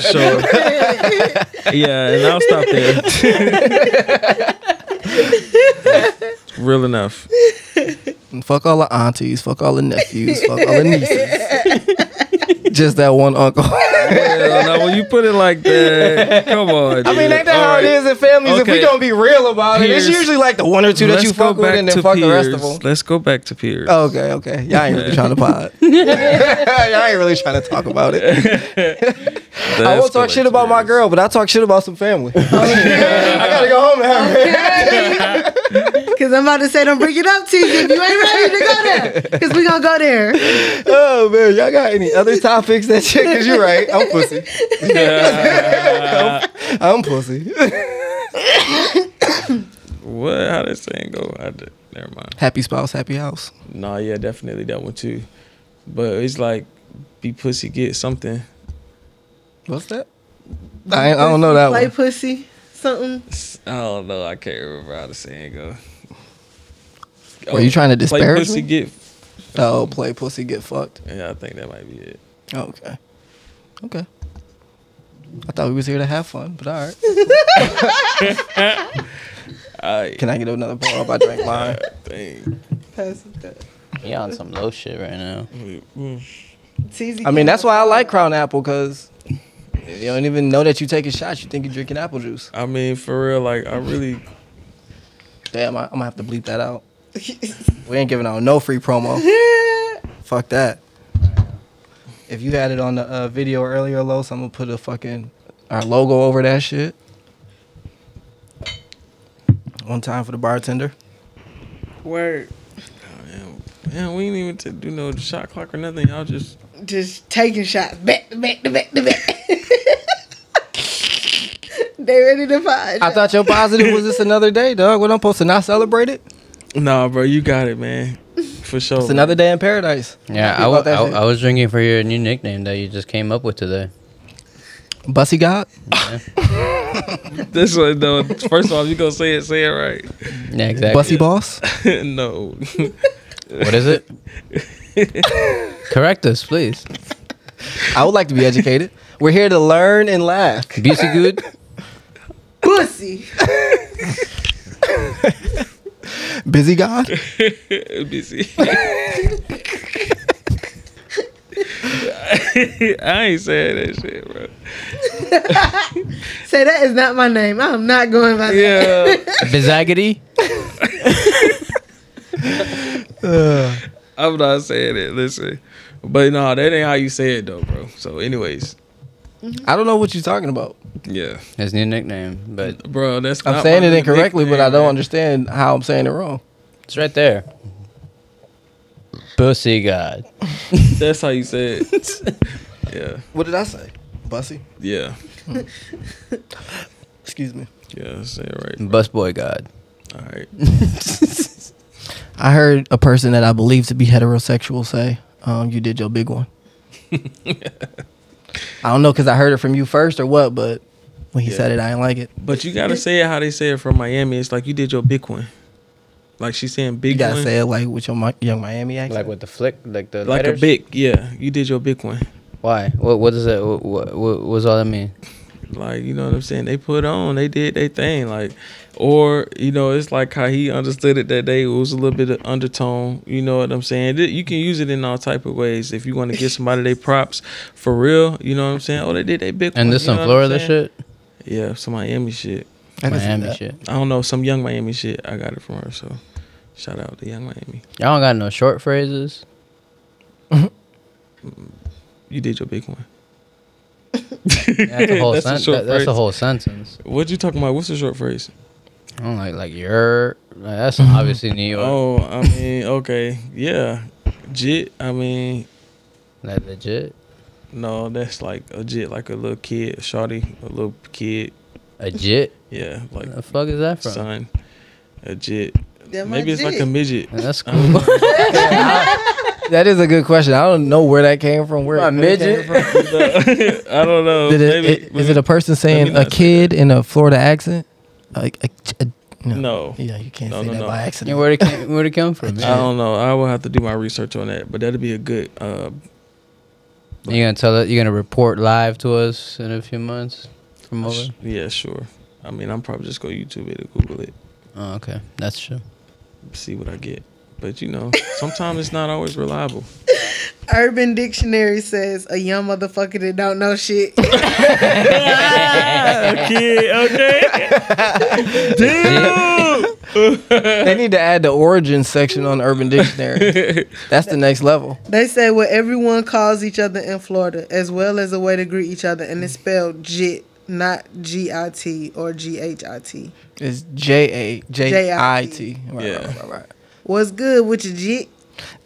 sure. yeah, and I'll stop there. Real enough. And fuck all the aunties. Fuck all the nephews. Fuck all the nieces. just that one uncle. Hell no, when you put it like that, come on. Dude. I mean, ain't that All how it right. is in families? If we Okay. gonna be real about it, it's Peers. usually like the one or 2 that you fuck with, and then fuck the rest of Pierce. them. Oh, Let's go back to Pierce. okay, okay. Y'all ain't really trying to pod. I ain't really trying to talk about it. I won't talk shit about my girl, but I talk shit about some family. I gotta go home and have Because I'm about to say, don't bring it up to you if you ain't ready to go there. Because we going to go there. Oh man, y'all got any other topics that shit? Cause you're right, I'm pussy. I'm, I'm pussy. What? How that saying go? I did. Never mind. happy spouse, happy house. Nah, yeah, definitely that one too. But it's like, be pussy, get something. What's that? I, ain't- I don't know that Play one. pussy, something. I don't know. I can't remember how the saying go. Were you trying to Play disparage pussy, me? get. Oh, play pussy, get fucked. Yeah, I think that might be it. Oh, Okay, okay. I thought we was here to have fun, but all right. I Can I get another ball if I drink mine? think. He on some low shit right now. Mm. Teasy I mean, that's why I like Crown Apple because you don't even know that you taking shots. You think you're drinking apple juice. I mean, for real, like I really. Damn, I, I'm gonna have to bleep that out. we ain't giving out no free promo. Fuck that. If you had it on the uh, video earlier, Los, I'm gonna put a fucking our logo over that shit. One time for the bartender. Word. Man, man, we ain't even to do no shot clock or nothing. Y'all just Just taking shots. Back to back to back to back. they ready to fight. I thought your positive was just another day, dog. What I'm supposed to not celebrate it? nah, bro. You got it, man. For sure. It's another day in paradise. Yeah, Happy I, wa- about that I, shit. I was drinking for your new nickname that you just came up with today. Bussy God. This one, though. First of all, if you gonna say it, say it right. Yeah, exactly. Bussy boss. no. What is it? Correct us, please. I would like to be educated. We're here to learn and laugh. Busey good. Pussy. Busy God. busy. I ain't saying that shit, bro. Say that is not my name. I'm not going by that. Yeah. Bizaggity. I'm not saying it. Listen, but no, that ain't how you say it though, bro. So, anyways, I don't know what you're talking about. yeah, His new nickname, but bro. That's I'm not saying my it incorrectly, but I nickname, don't man. understand how I'm saying it wrong. it's right there. Bussy God. That's how you say it. yeah, What did I say? Bussy. yeah, Excuse me. yeah. Say it right. Busboy God. All right. I heard a person that I believe to be heterosexual say, um, "You did your big one." I don't know because I heard it from you first or what, but when he said it, I didn't like it. But you gotta say it how they say it from Miami. It's like you did your big one. Like she's saying big You gotta one. say it like with your Mi- young Miami accent. Like with the flick, like the like letters? a big, yeah. You did your big one. Why? What? What does that? What? What? What what's all that mean? Like, you know what I'm saying? They put on, they did their thing. Like, or, you know, it's like how he understood it that day. It was a little bit of undertone. You know what I'm saying? Th- You can use it in all type of ways. If you want to give somebody their props for real, you know what I'm saying? Oh, they did their big And one, this you know some what I'm Florida saying? shit, Yeah, some Miami shit. I can see Miami that. shit. I don't know, some young Miami shit. I got it from her, so shout out to young Miami. Y'all don't got no short phrases. You did your big one. That's a whole That's a sentence. short that's a phrase. whole sentence. What you talking about? What's the short phrase? I don't like like your. Like, that's obviously New York. Oh, I mean, okay, yeah, jit. I mean, Like legit. no, that's like a jit, like a little kid, shawty, a little kid. A jit. Yeah, like Uh, The fuck is that from? son, a jit. That my Maybe it's like dick. a midget. Uh, Man, That's cool. That is a good question. I don't know where that came from. Where A it came midget. from. I don't know. Did it, maybe, it- is it a person saying not a say kid in a Florida accent? Like a, a, no. No. Yeah, you can't No, say no, that no. by Yeah, accident. where it came, where it come from? I Yeah. don't know. I will have to do my research on that, but that'd be a good. Uh, You gonna tell it? You gonna report live to us in a few months from sh- over? yeah, sure. I mean, I'm probably just gonna YouTube it or Google it, Oh, okay, that's true. see what I get. But you know, sometimes it's not always reliable. Urban Dictionary says a young motherfucker that don't know shit. They need to add the origin section on Urban Dictionary. That's the next level. they say what everyone calls each other in Florida, as well as a way to greet each other, and it's spelled jit, not G I T or G H I T. It's J A J I T. Right, Yeah. right, right, right. What's good with your jit?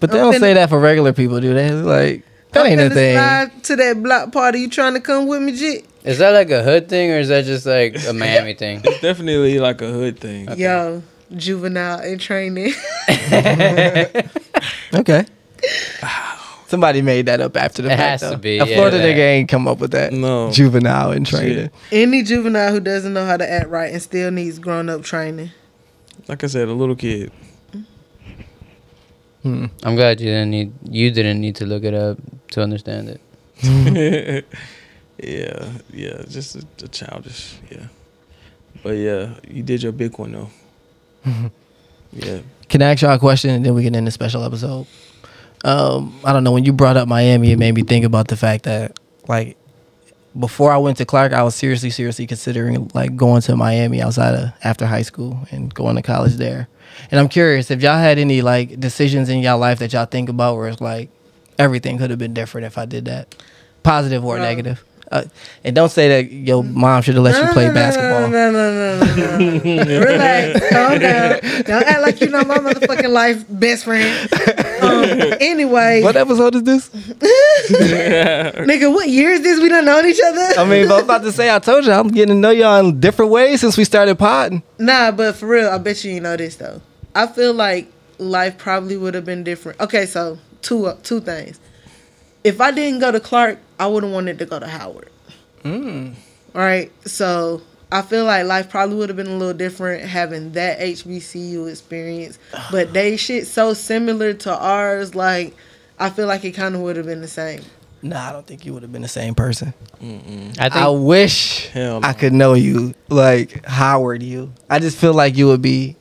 But they I'm don't finna- say that for regular people, do they? Like that I'm ain't a finna thing. slide To that block party, you trying to come with me, jit? Is that like a hood thing or is that just like a Miami thing? Definitely like a hood Uh, thing. Yo, juvenile and training. Okay. Somebody made that up after the It fact. has to though. be, A yeah, Florida that- nigga ain't come up with that. No. Juvenile and training. Any juvenile who doesn't know how to act right and still needs grown up training. Like I said, a little kid. Hmm. I'm glad you didn't need you didn't need to look it up to understand it. yeah, yeah, just a, a childish, yeah. But yeah, you did your big one though. yeah, Can I ask y'all a question and then we can end the special episode? Um, I don't know. When you brought up Miami, it made me think about the fact that, like, before I went to Clark, I was seriously, seriously considering like going to Miami outside of after high school and going to college there. And I'm curious if y'all had any like decisions in y'all life that y'all think about where it's like everything could have been different if I did that, positive or No. negative. Uh, and don't say that your mom should have let you No, play no, no, basketball. No, no, no, no, no. no. Relax, calm down. Don't act like you know my motherfucking life, best friend. Um, anyway, What episode is this? nigga, what year is this? We done known each other. I mean, but I was about to say, I told you, I'm getting to know y'all in different ways since we started potting. Nah, but for real, I bet you you know this though. I feel like life probably would have been different. Okay, so two uh, two things. If I didn't go to Clark, I would have wanted to go to Howard. Hmm. Mm. Right. So I feel like life probably would have been a little different having that HBCU experience. But they shit so similar to ours, like I feel like it kind of would have been the same. Nah, I don't think you would have been the same person. I think I wish Hell I could know you, like Howard you. I just feel like you would be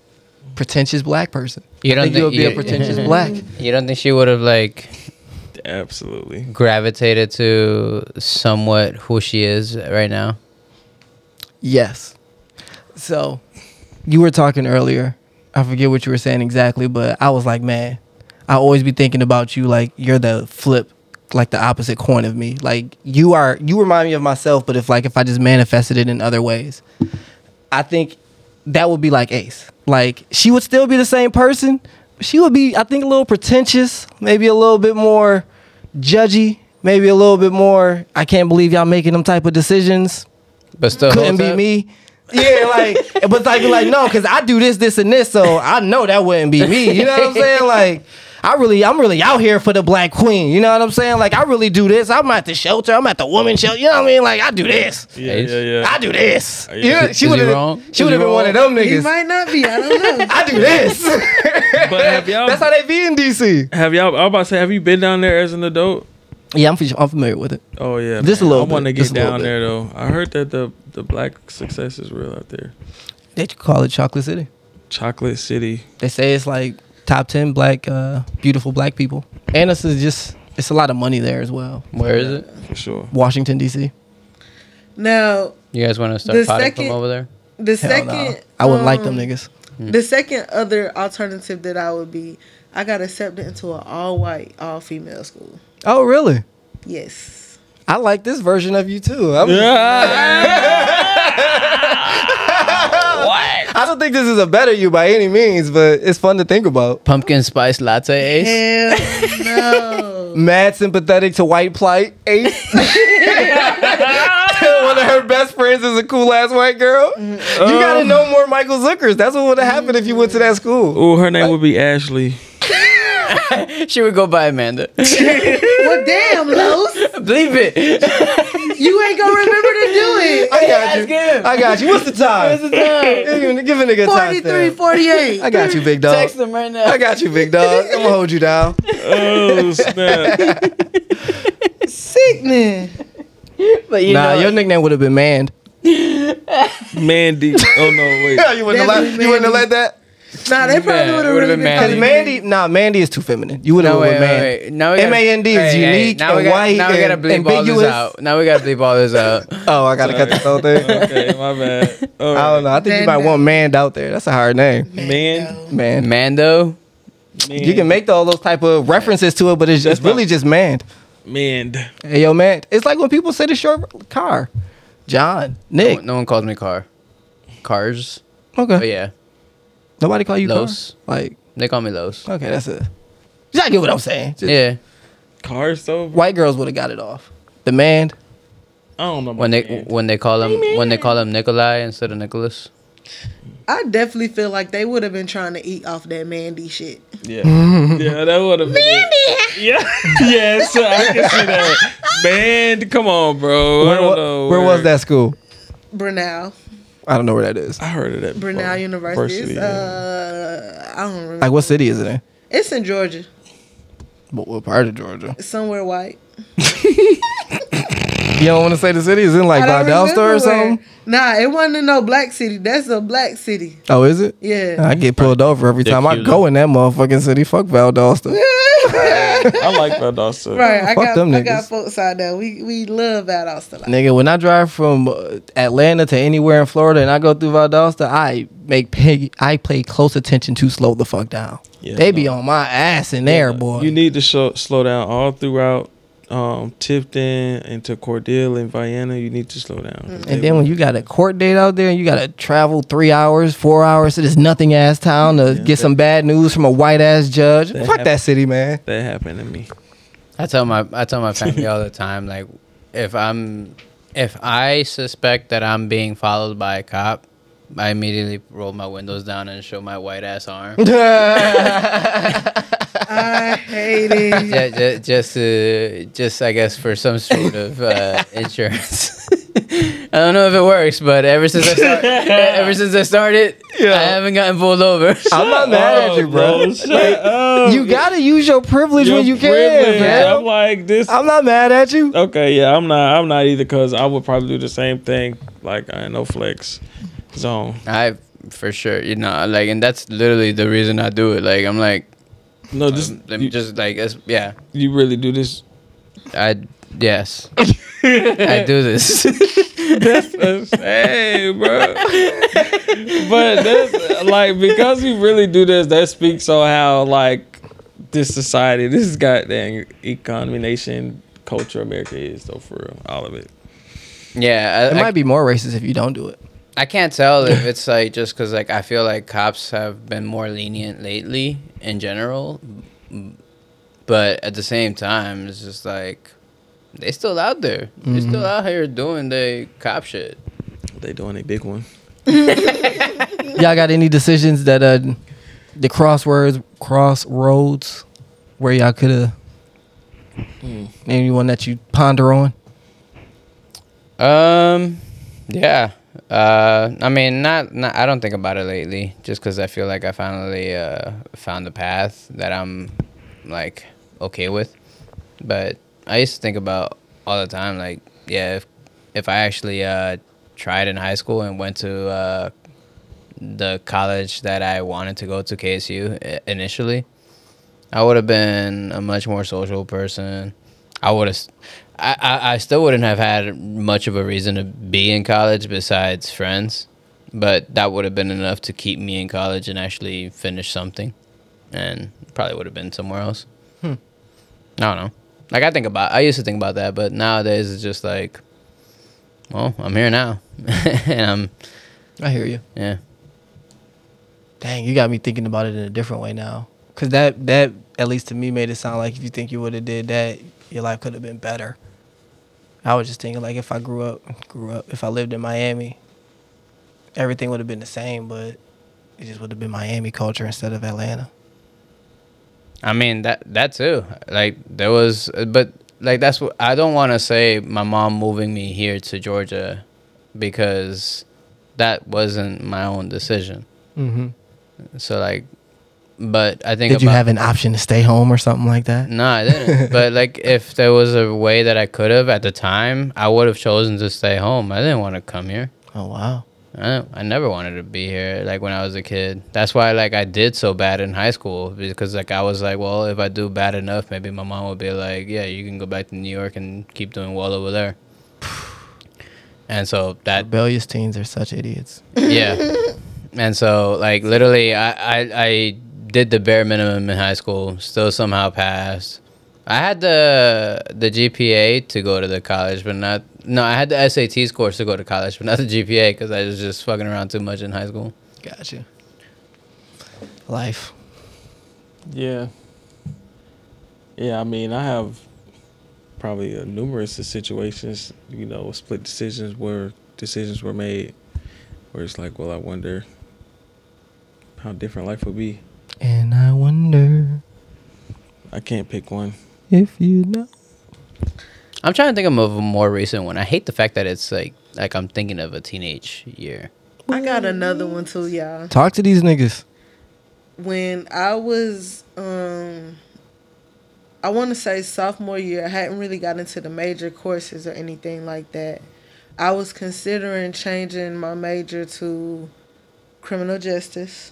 pretentious black person. You I don't think you would think be a you- pretentious black. you don't think she would have like absolutely. gravitated to somewhat who she is right now. Yes. So, you were talking earlier. I forget what you were saying exactly, but I was like, man, I always be thinking about you like you're the flip, like the opposite coin of me. Like you are, you remind me of myself, but if like if I just manifested it in other ways, I think that would be like Ace. Like she would still be the same person. but She would be, I think, a little pretentious, maybe a little bit more judgy, maybe a little bit more. I can't believe y'all making them type of decisions But still couldn't holds be up. me. Yeah, like, but like, like no, because I do this, this, and this, so I know that wouldn't be me. You know what I'm saying? Like, I really, I'm really out here for the black queen. You know what I'm saying? Like, I really do this. I'm at the shelter. I'm at the woman shelter. You know what I mean? Like, I do this. Yeah, Age? yeah, yeah. I do this. You yeah. know, Is she he would have, wrong? she Is would have he been one of them He niggas. might not be. I don't know. I do this. But have y'all, That's how they be in DC. have y'all? I was about to say, have you been down there as an adult? Yeah, I'm, fam- I'm familiar with it. Oh yeah, Just a little I want to bit, get just a little down bit. there though. I heard that the the black success is real out there. They call it Chocolate City. Chocolate City. They say it's like top ten black, uh, beautiful black people, and this is just, it's a lot of money there as well. Where is it? for sure. Washington D.C. Now You guys want to The start potting second- from over there? the Hell second no. I wouldn't like them um, niggas. Mm-hmm. The second other alternative that I would be, I got accepted into an all white, all female school. Oh really? Yes. I like this version of you too. I'm, I don't think this is a better you by any means, but it's fun to think about. Pumpkin spice latte ace. Hell no. Mad sympathetic to white plight. Ace. One of her best friends is a cool ass white girl. You gotta know more Michael Zuckers. That's what would have happened if you went to that school. Oh, her name would be Ashley. She would go by Amanda. well, damn, Los. Believe it. You ain't gonna remember to do it. I got you. I got you. What's the time? Give a- give a nigga a time. 43, 48. I got you, big dog. Text them right now. I got you, big dog. I'm gonna hold you down. Oh snap! Sickening. But you nah, know, your nickname would have been Manned. Mandy. Oh no, wait. you wouldn't have let, Definitely you wouldn't Mandy. have let that. Nah, they probably Yeah, would have would've really been been. Mandy. funny. Because Mandy, nah, Mandy is too feminine. You wouldn't No, know wait, what man. wait, wait. Now we gotta- M.A.N.D. is Hey, hey, unique now we and got- white Now we and gotta bleep all this ambiguous. out. Now we gotta bleep all this out. Oh, I gotta cut this whole thing. Okay, my bad. All I right. don't know. I think you Then- might want Mand out there. That's a hard name, Man, man. Mando. You can make all those type of references to it, but it's just That's really just Mand. man. Hey, yo, man. It's like when people say the short car, John, Nick. No one calls me car. Cars. Okay, But Oh, yeah, nobody call you Los. Los. Like, they call me Los. okay, that's it. Y'all get what I'm saying? Just- Yeah. Cars though. White girls would have got it off. The man. I don't know. When about they man. when they call him when they call him Nikolai instead of Nicholas. I definitely feel like they would have been trying to eat off that Mandy shit. yeah, yeah, that would have been. it. Yeah, yes, I can see that. Man, come on, bro. I Where, don't wa- know where was that school? Brunel, I don't know where that is. I heard of that. before. Brunel University. It's, yeah. uh, I don't remember. Like, what city is it in? It's in Georgia, What, what part of Georgia? It's somewhere white. You don't want to say the city? Is it in like I don't Valdosta or remember where. something? Nah, it wasn't in no black city. That's a black city. Oh, is it? Yeah. I get pulled over every time I Cute. go in that motherfucking city. Fuck Valdosta. I like Valdosta. right. I Fuck got them I got niggas. folks out there. We we love Valdosta. Like, Nigga, when I drive from uh, Atlanta to anywhere in Florida and I go through Valdosta, I make pig. I pay close attention to slow the fuck down. Yeah, they be on my ass in there, boy. You need to show, slow down all throughout um, Tifton and to Cordell and Vienna. You need to slow down. Mm-hmm. And then when you got a court date out there and you got to travel three hours, four hours to this nothing ass town to get some bad news from a white ass judge, fuck happen- that city, man. that happened to me. I tell my I tell my family all the time like if I'm if I suspect that I'm being followed by a cop, I immediately roll my windows down and show my white ass arm. I hate it. yeah, just, just to just I guess for some sort of uh, insurance. I don't know if it works, but ever since I start, ever since I started, I haven't gotten pulled over. I'm not mad at you, bro. Oh, you gotta use Oh, your privilege Oh. when you can, I'm man. like this. I'm not mad at you. okay, yeah, I'm not. I'm not either because I would probably do the same thing. Like I ain't no flex zone. I for sure, you know, like, and that's literally the reason I do it. Like, I'm like, No, just let me you, just like, it's- yeah, you really do this. I yes, I do this. That's hey, bro. but that's like because we really do this. That speaks on how like this society, this goddamn economy, nation, culture, America is though for real, all of it. yeah, It I, I, might be more racist if you don't do it. I can't tell if it's like just because like I feel like cops have been more lenient lately in general, but at the same time, it's just like they still out there. They still out here doing they cop shit. They doing a big one. Y'all got any decisions that uh the crosswords crossroads where y'all could have Hmm. anyone that you ponder on? Um, yeah. Uh, I mean, not, not. I don't think about it lately, just because I feel like I finally uh found a path that I'm like okay with. But I used to think about all the time, like, yeah, if if I actually uh tried in high school and went to uh the college that I wanted to go to, KSU i- initially, I would have been a much more social person. I would have, I, I, I still wouldn't have had much of a reason to be in college besides friends, but that would have been enough to keep me in college and actually finish something, and probably would have been somewhere else. I don't know. Like I think about, I used to think about that, but nowadays it's just like, well, I'm here now, and I'm I hear you. yeah. Dang, you got me thinking about it in a different way now. Cause that that at least to me made it sound like if you think you would have did that, your life could have been better. I was just thinking like if I grew up, grew up, if I lived in Miami, everything would have been the same, but it just would have been Miami culture instead of Atlanta. I mean that that too. Like there was, but like that's what I don't want to say. My mom moving me here to Georgia because that wasn't my own decision. Mm-hmm. So like, but I think Did you about- Mm. have an option to stay home or something like that? no, I didn't. but like, if there was a way that I could have at the time, I would have chosen to stay home. I didn't want to come here. Oh wow. I, don't- I never wanted to be here like when I was a kid. That's why like I did so bad in high school because like I was like, well, if I do bad enough, maybe my mom would be like, yeah, you can go back to New York and keep doing well over there. And so that Rebellious teens are such idiots. yeah. And so, like, literally, I, I, I did the bare minimum in high school, still somehow passed. I had the the GPA to go to the college, but not no. I had the SAT scores to go to college, but not the GPA because I was just fucking around too much in high school. Gotcha. Life. Yeah. Yeah, I mean, I have probably uh, numerous of situations, you know, with split decisions where decisions were made where it's like, well, I wonder how different life would be. And I wonder I can't pick one. if you know. I'm trying to think of a more recent one. I hate the fact that it's like like I'm thinking of a teenage year. I got another one too, y'all. Talk to these niggas. When I was, um, I want to say sophomore year, I hadn't really got into the major courses or anything like that. I was considering changing my major to criminal justice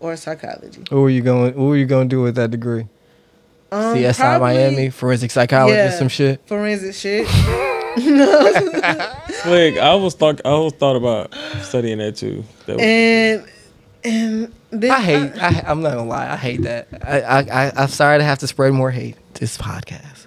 or psychology. What were you going? What were you going to do with that degree? Um, CSI probably Miami, forensic psychologist, Yeah. some shit. Forensic shit. Like, I always thought, I always thought about studying that too. That was, and and then I hate. I, I'm not gonna lie. I hate that. I, I, I I'm sorry to have to spread more hate this podcast,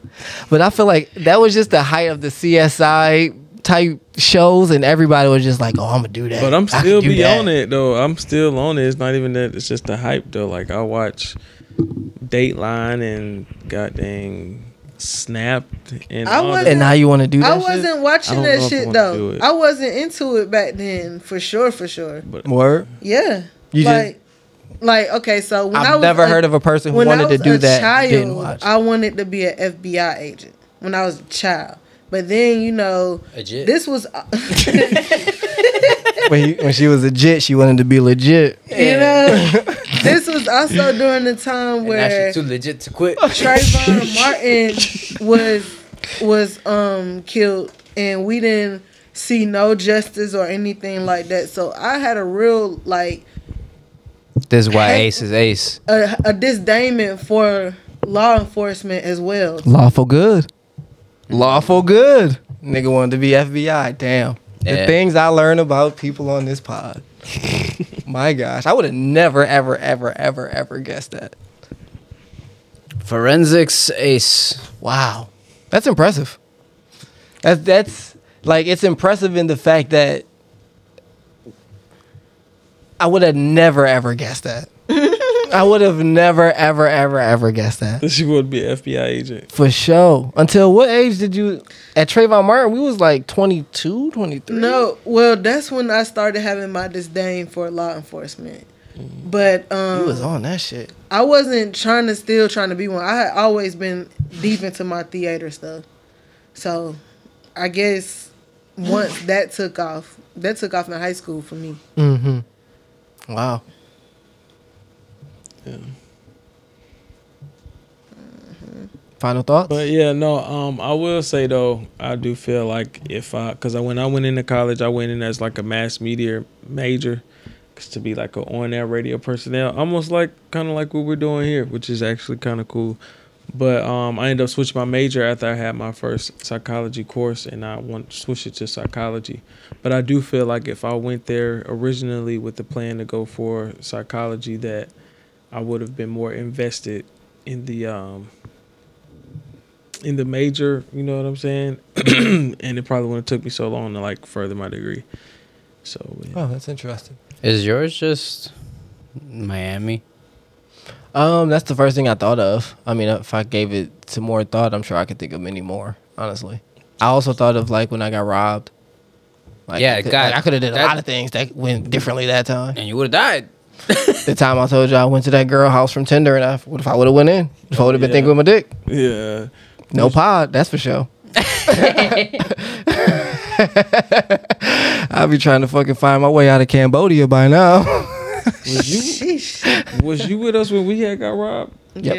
but I feel like that was just the height of the CSI type shows, and everybody was just like, "Oh, I'm gonna do that." but I'm I can still do beyond that. it though. I'm still on it. It's not even that. It's just the hype though. Like I watch Dateline and goddamn Snapped and I all was- that. And now you want to do I that? wasn't shit? I watching don't know that if I shit wanna do though. it. I wasn't into it back then, for sure, for sure. Word. Yeah, You just- like, like okay. So when I I've was never a- heard of a person who when I wanted to was do a that Child, didn't watch. I wanted to be an FBI agent when I was a child. But then you know, Legit. this was when, you- when she was legit, she wanted to be legit. you know, this was also during the time where legit to quit. Trayvon Martin was was um killed, and we didn't see no justice or anything like that. So I had a real like This is why Ace is Ace. a, a disdainment for law enforcement as well. Lawful good. Lawful good. Nigga wanted to be FBI. Damn. The Yeah. things I learn about people on this pod. My gosh. I would have never, ever, ever, ever, ever guessed that. Forensics Ace. Wow. That's impressive. That's that's like it's impressive in the fact that I would have never ever guessed that. I would have never ever ever ever guessed that. She would be an FBI agent. For sure. Until what age did you at Trayvon Martin? We was like 22, 23. No, well, that's when I started having my disdain for law enforcement. But um, Mm. You was on that shit. I wasn't trying to still trying to be one. I had always been deep into my theater stuff. So I guess once that took off, that took off in high school for me. Wow. Final thoughts? But yeah, no. Um, I will say though, I do feel like if I, cause I when I went into college, I went in as like a mass media major, 'cause to be like a on air radio personnel, almost like kind of like what we're doing here, which is actually kind of cool. But um, I ended up switching my major after I had my first psychology course, and I want switched it to psychology. But I do feel like if I went there originally with the plan to go for psychology, that I would have been more invested in the um, in the major, you know what I'm saying? and it probably wouldn't have took me so long to like further my degree. So yeah. oh, that's interesting. Is yours just Miami? Um, that's the first thing I thought of. I mean, if I gave it some more thought, I'm sure I could think of many more. Honestly, I also thought of like when I got robbed. Like, Yeah, I could, God, I could have did a that- lot of things that went differently that time. And you would have died. The time I told you I went to that girl house from Tinder, and I what if I would have went in? If I would have been yeah. thinking with my dick, yeah. no pod, that's for sure. I'll be trying to fucking find my way out of Cambodia by now. Was you Sheesh. was you with us when we had got robbed? Yep.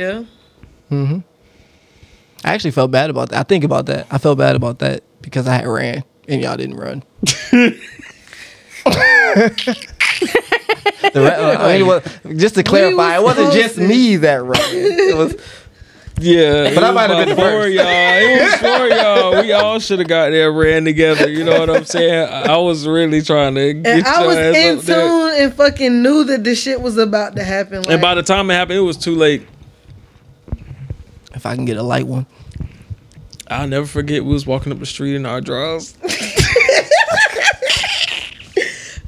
Yeah. I actually felt bad about that. I think about that. I felt bad about that because I had ran and y'all didn't run. The ra- uh, I mean, well, just to clarify, it wasn't just me that ran. It was Yeah, But I it was might have about been the four first. of y'all. It was four of y'all. We all should have got there, ran together. You know what I'm saying? I I was really trying to get And I your was ass in up there. tune and fucking knew that this shit was about to happen. Like, And by the time it happened, it was too late. If I can get a light one. I'll never forget. We was walking up the street in our drawers.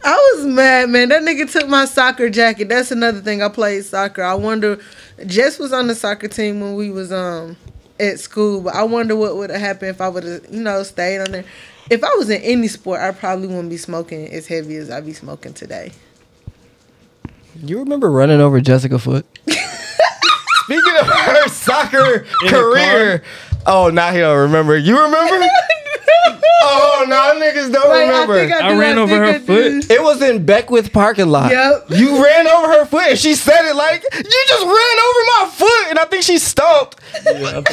I was mad, man. That nigga took my soccer jacket. That's another thing. I played soccer. I wonder. Jess was on the soccer team when we was um at school, but I wonder what would have happened if I would have, you know, stayed on there. If I was in any sport, I probably wouldn't be smoking as heavy as I be smoking today. You remember running over Jessica Foot? Speaking of her soccer career, oh, now he don't remember. You remember? oh, now niggas don't Like, remember. I do, ran over think her I do. foot. It was in Beckwith parking lot. Yep. you ran over her foot, and she said it like, "You just ran over my foot," and I think she stomped.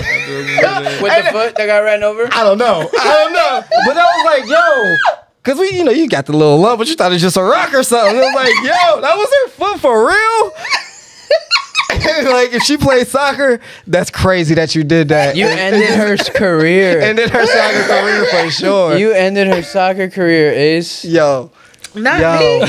With the foot that got ran over? I don't know. I don't know. But I was like, "Yo." Cause we, you know, you got the little lump, but you thought it was just a rock or something. It was like, yo, that was her foot for real. like, if she played soccer, that's crazy that you did that. You ended her career. ended her soccer career for sure. you ended her soccer career, Ace. Yo, Not yo. me.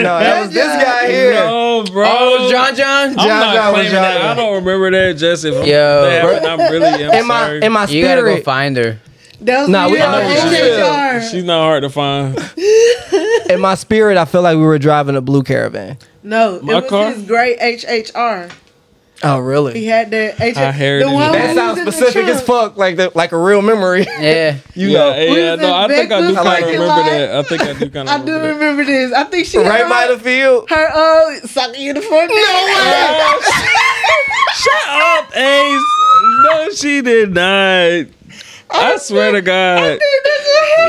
No, that was this guy here. No, bro. Oh, John John. I'm John not John was claiming John that. John. I don't remember that, Jesse. If I'm, Yo, that bro. happened, I'm really am In my sorry. in my You gotta go spirit, find her. That was Nah, me. we- on I know you HHR. She's not hard to find. in my spirit, I feel like we were driving a blue caravan. No, it My was car? his great HHR. Oh, He really? had that HHR. I heard the it. one That who That was sounds in the specific as trunk. fuck, like the, like a real memory. Yeah. You Yeah, know, yeah, We was in no, I think I do Beckwith kind of parking remember lot. that. I think I do kind I of do remember that. remember this. I think she right her, by the field. her uh soccer uniform. No Oh, sh- Oh, Shut up, Ace. No, she did not. I swear to God. Yo, No.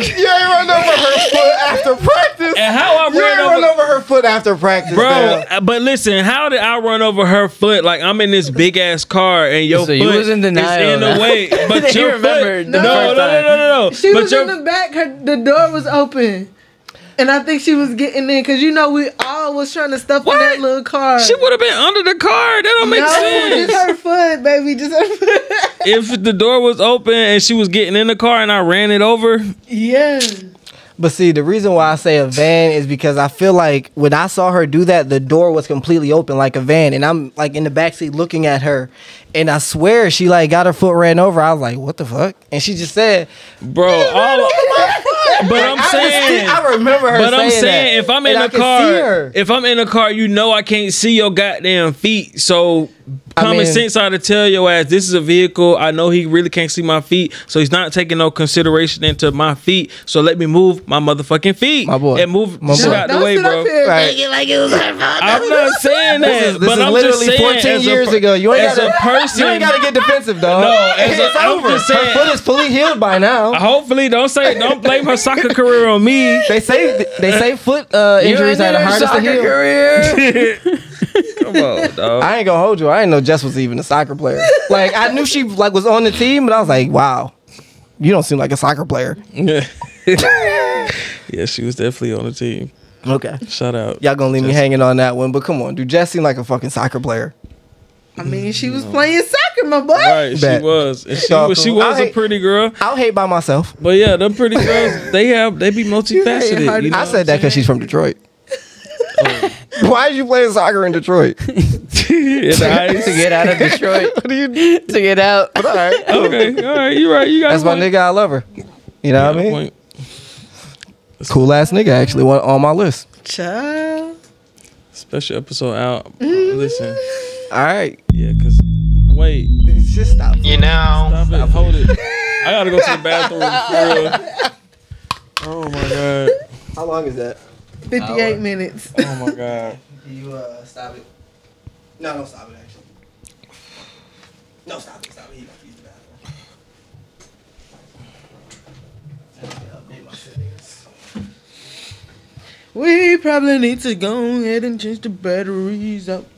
you ain't run over her foot after practice. And how I You ain't ran over run over her foot after practice, Bro, Dale. uh, but listen, how did I run over her foot? Like I'm in this big ass car and your So foot you was in denial, is in huh? the way. But You your remembered foot, the no, no, first no, time. no, no, no. She but was your, in the back. Her the door was open, and I think she was getting in because you know we all was trying to stuff in that What? little car. she would have been under the car. That don't make no, sense. just her foot, baby, just her foot. if the door was open and she was getting in the car and I ran it over, yeah, But see, the reason why I say a van is because I feel like when I saw her do that, the door was completely open like a van, and I'm like in the backseat looking at her, and I swear she like got her foot ran over. I was like, what the fuck? And she just said, bro, all, but I'm I, saying just, I remember her But saying I'm saying, that. if I'm And in I a could see her. car, if I'm in a car, you know I can't see your goddamn feet. So common mean- sense ought to tell your ass this is a vehicle. I know he really can't see my feet, so he's not taking no consideration into my feet. So let me move my motherfucking feet. My boy. and move My shit boy. out don't the way, sit bro. up here. Right. I'm not saying that, This is, this is but I'm literally just saying 14 as a years per- ago. You ain't as gotta, a person, you ain't gotta get defensive, dog. No, as a- it's I'm over. just her saying- foot is fully healed by now. Hopefully, don't say, don't blame her soccer career on me. they say they say foot uh, injuries are the hardest to heal. career. Come on, dog. I ain't gonna hold you. I didn't know Jess was even a soccer player. Like I knew she like was on the team, but I was like, wow, you don't seem like a soccer player. yeah, she was definitely on the team. Okay, Shout out. y'all gonna leave me hanging on that one, but come on, dude, Jess seem like a fucking soccer player. I mean, she was playing soccer, my boy. Right, Bet. she was. And she Dog, was she I was a hate- pretty girl. I'll hate by myself. But yeah, them pretty girls, they have they be multifaceted. You know? I said that because she's from Detroit. Why is you playing soccer in Detroit? In the ice. to get out of Detroit. What do you do? to get out. All right, Okay, all right, you right. You got that's a my point. nigga. I love her. You know what I You got a mean? point. Cool ass nigga. Actually, one on my list. Child. Special episode out. Listen, All right, yeah, cause wait, just stop. stop it, hold it. I gotta go to the bathroom for real. Oh my god. How long is that? 58 minutes. Oh my god. You uh, stop it. No, don't stop it. Actually, no, stop it. Stop it. You got to use the bathroom. We probably need to go ahead and change the batteries up.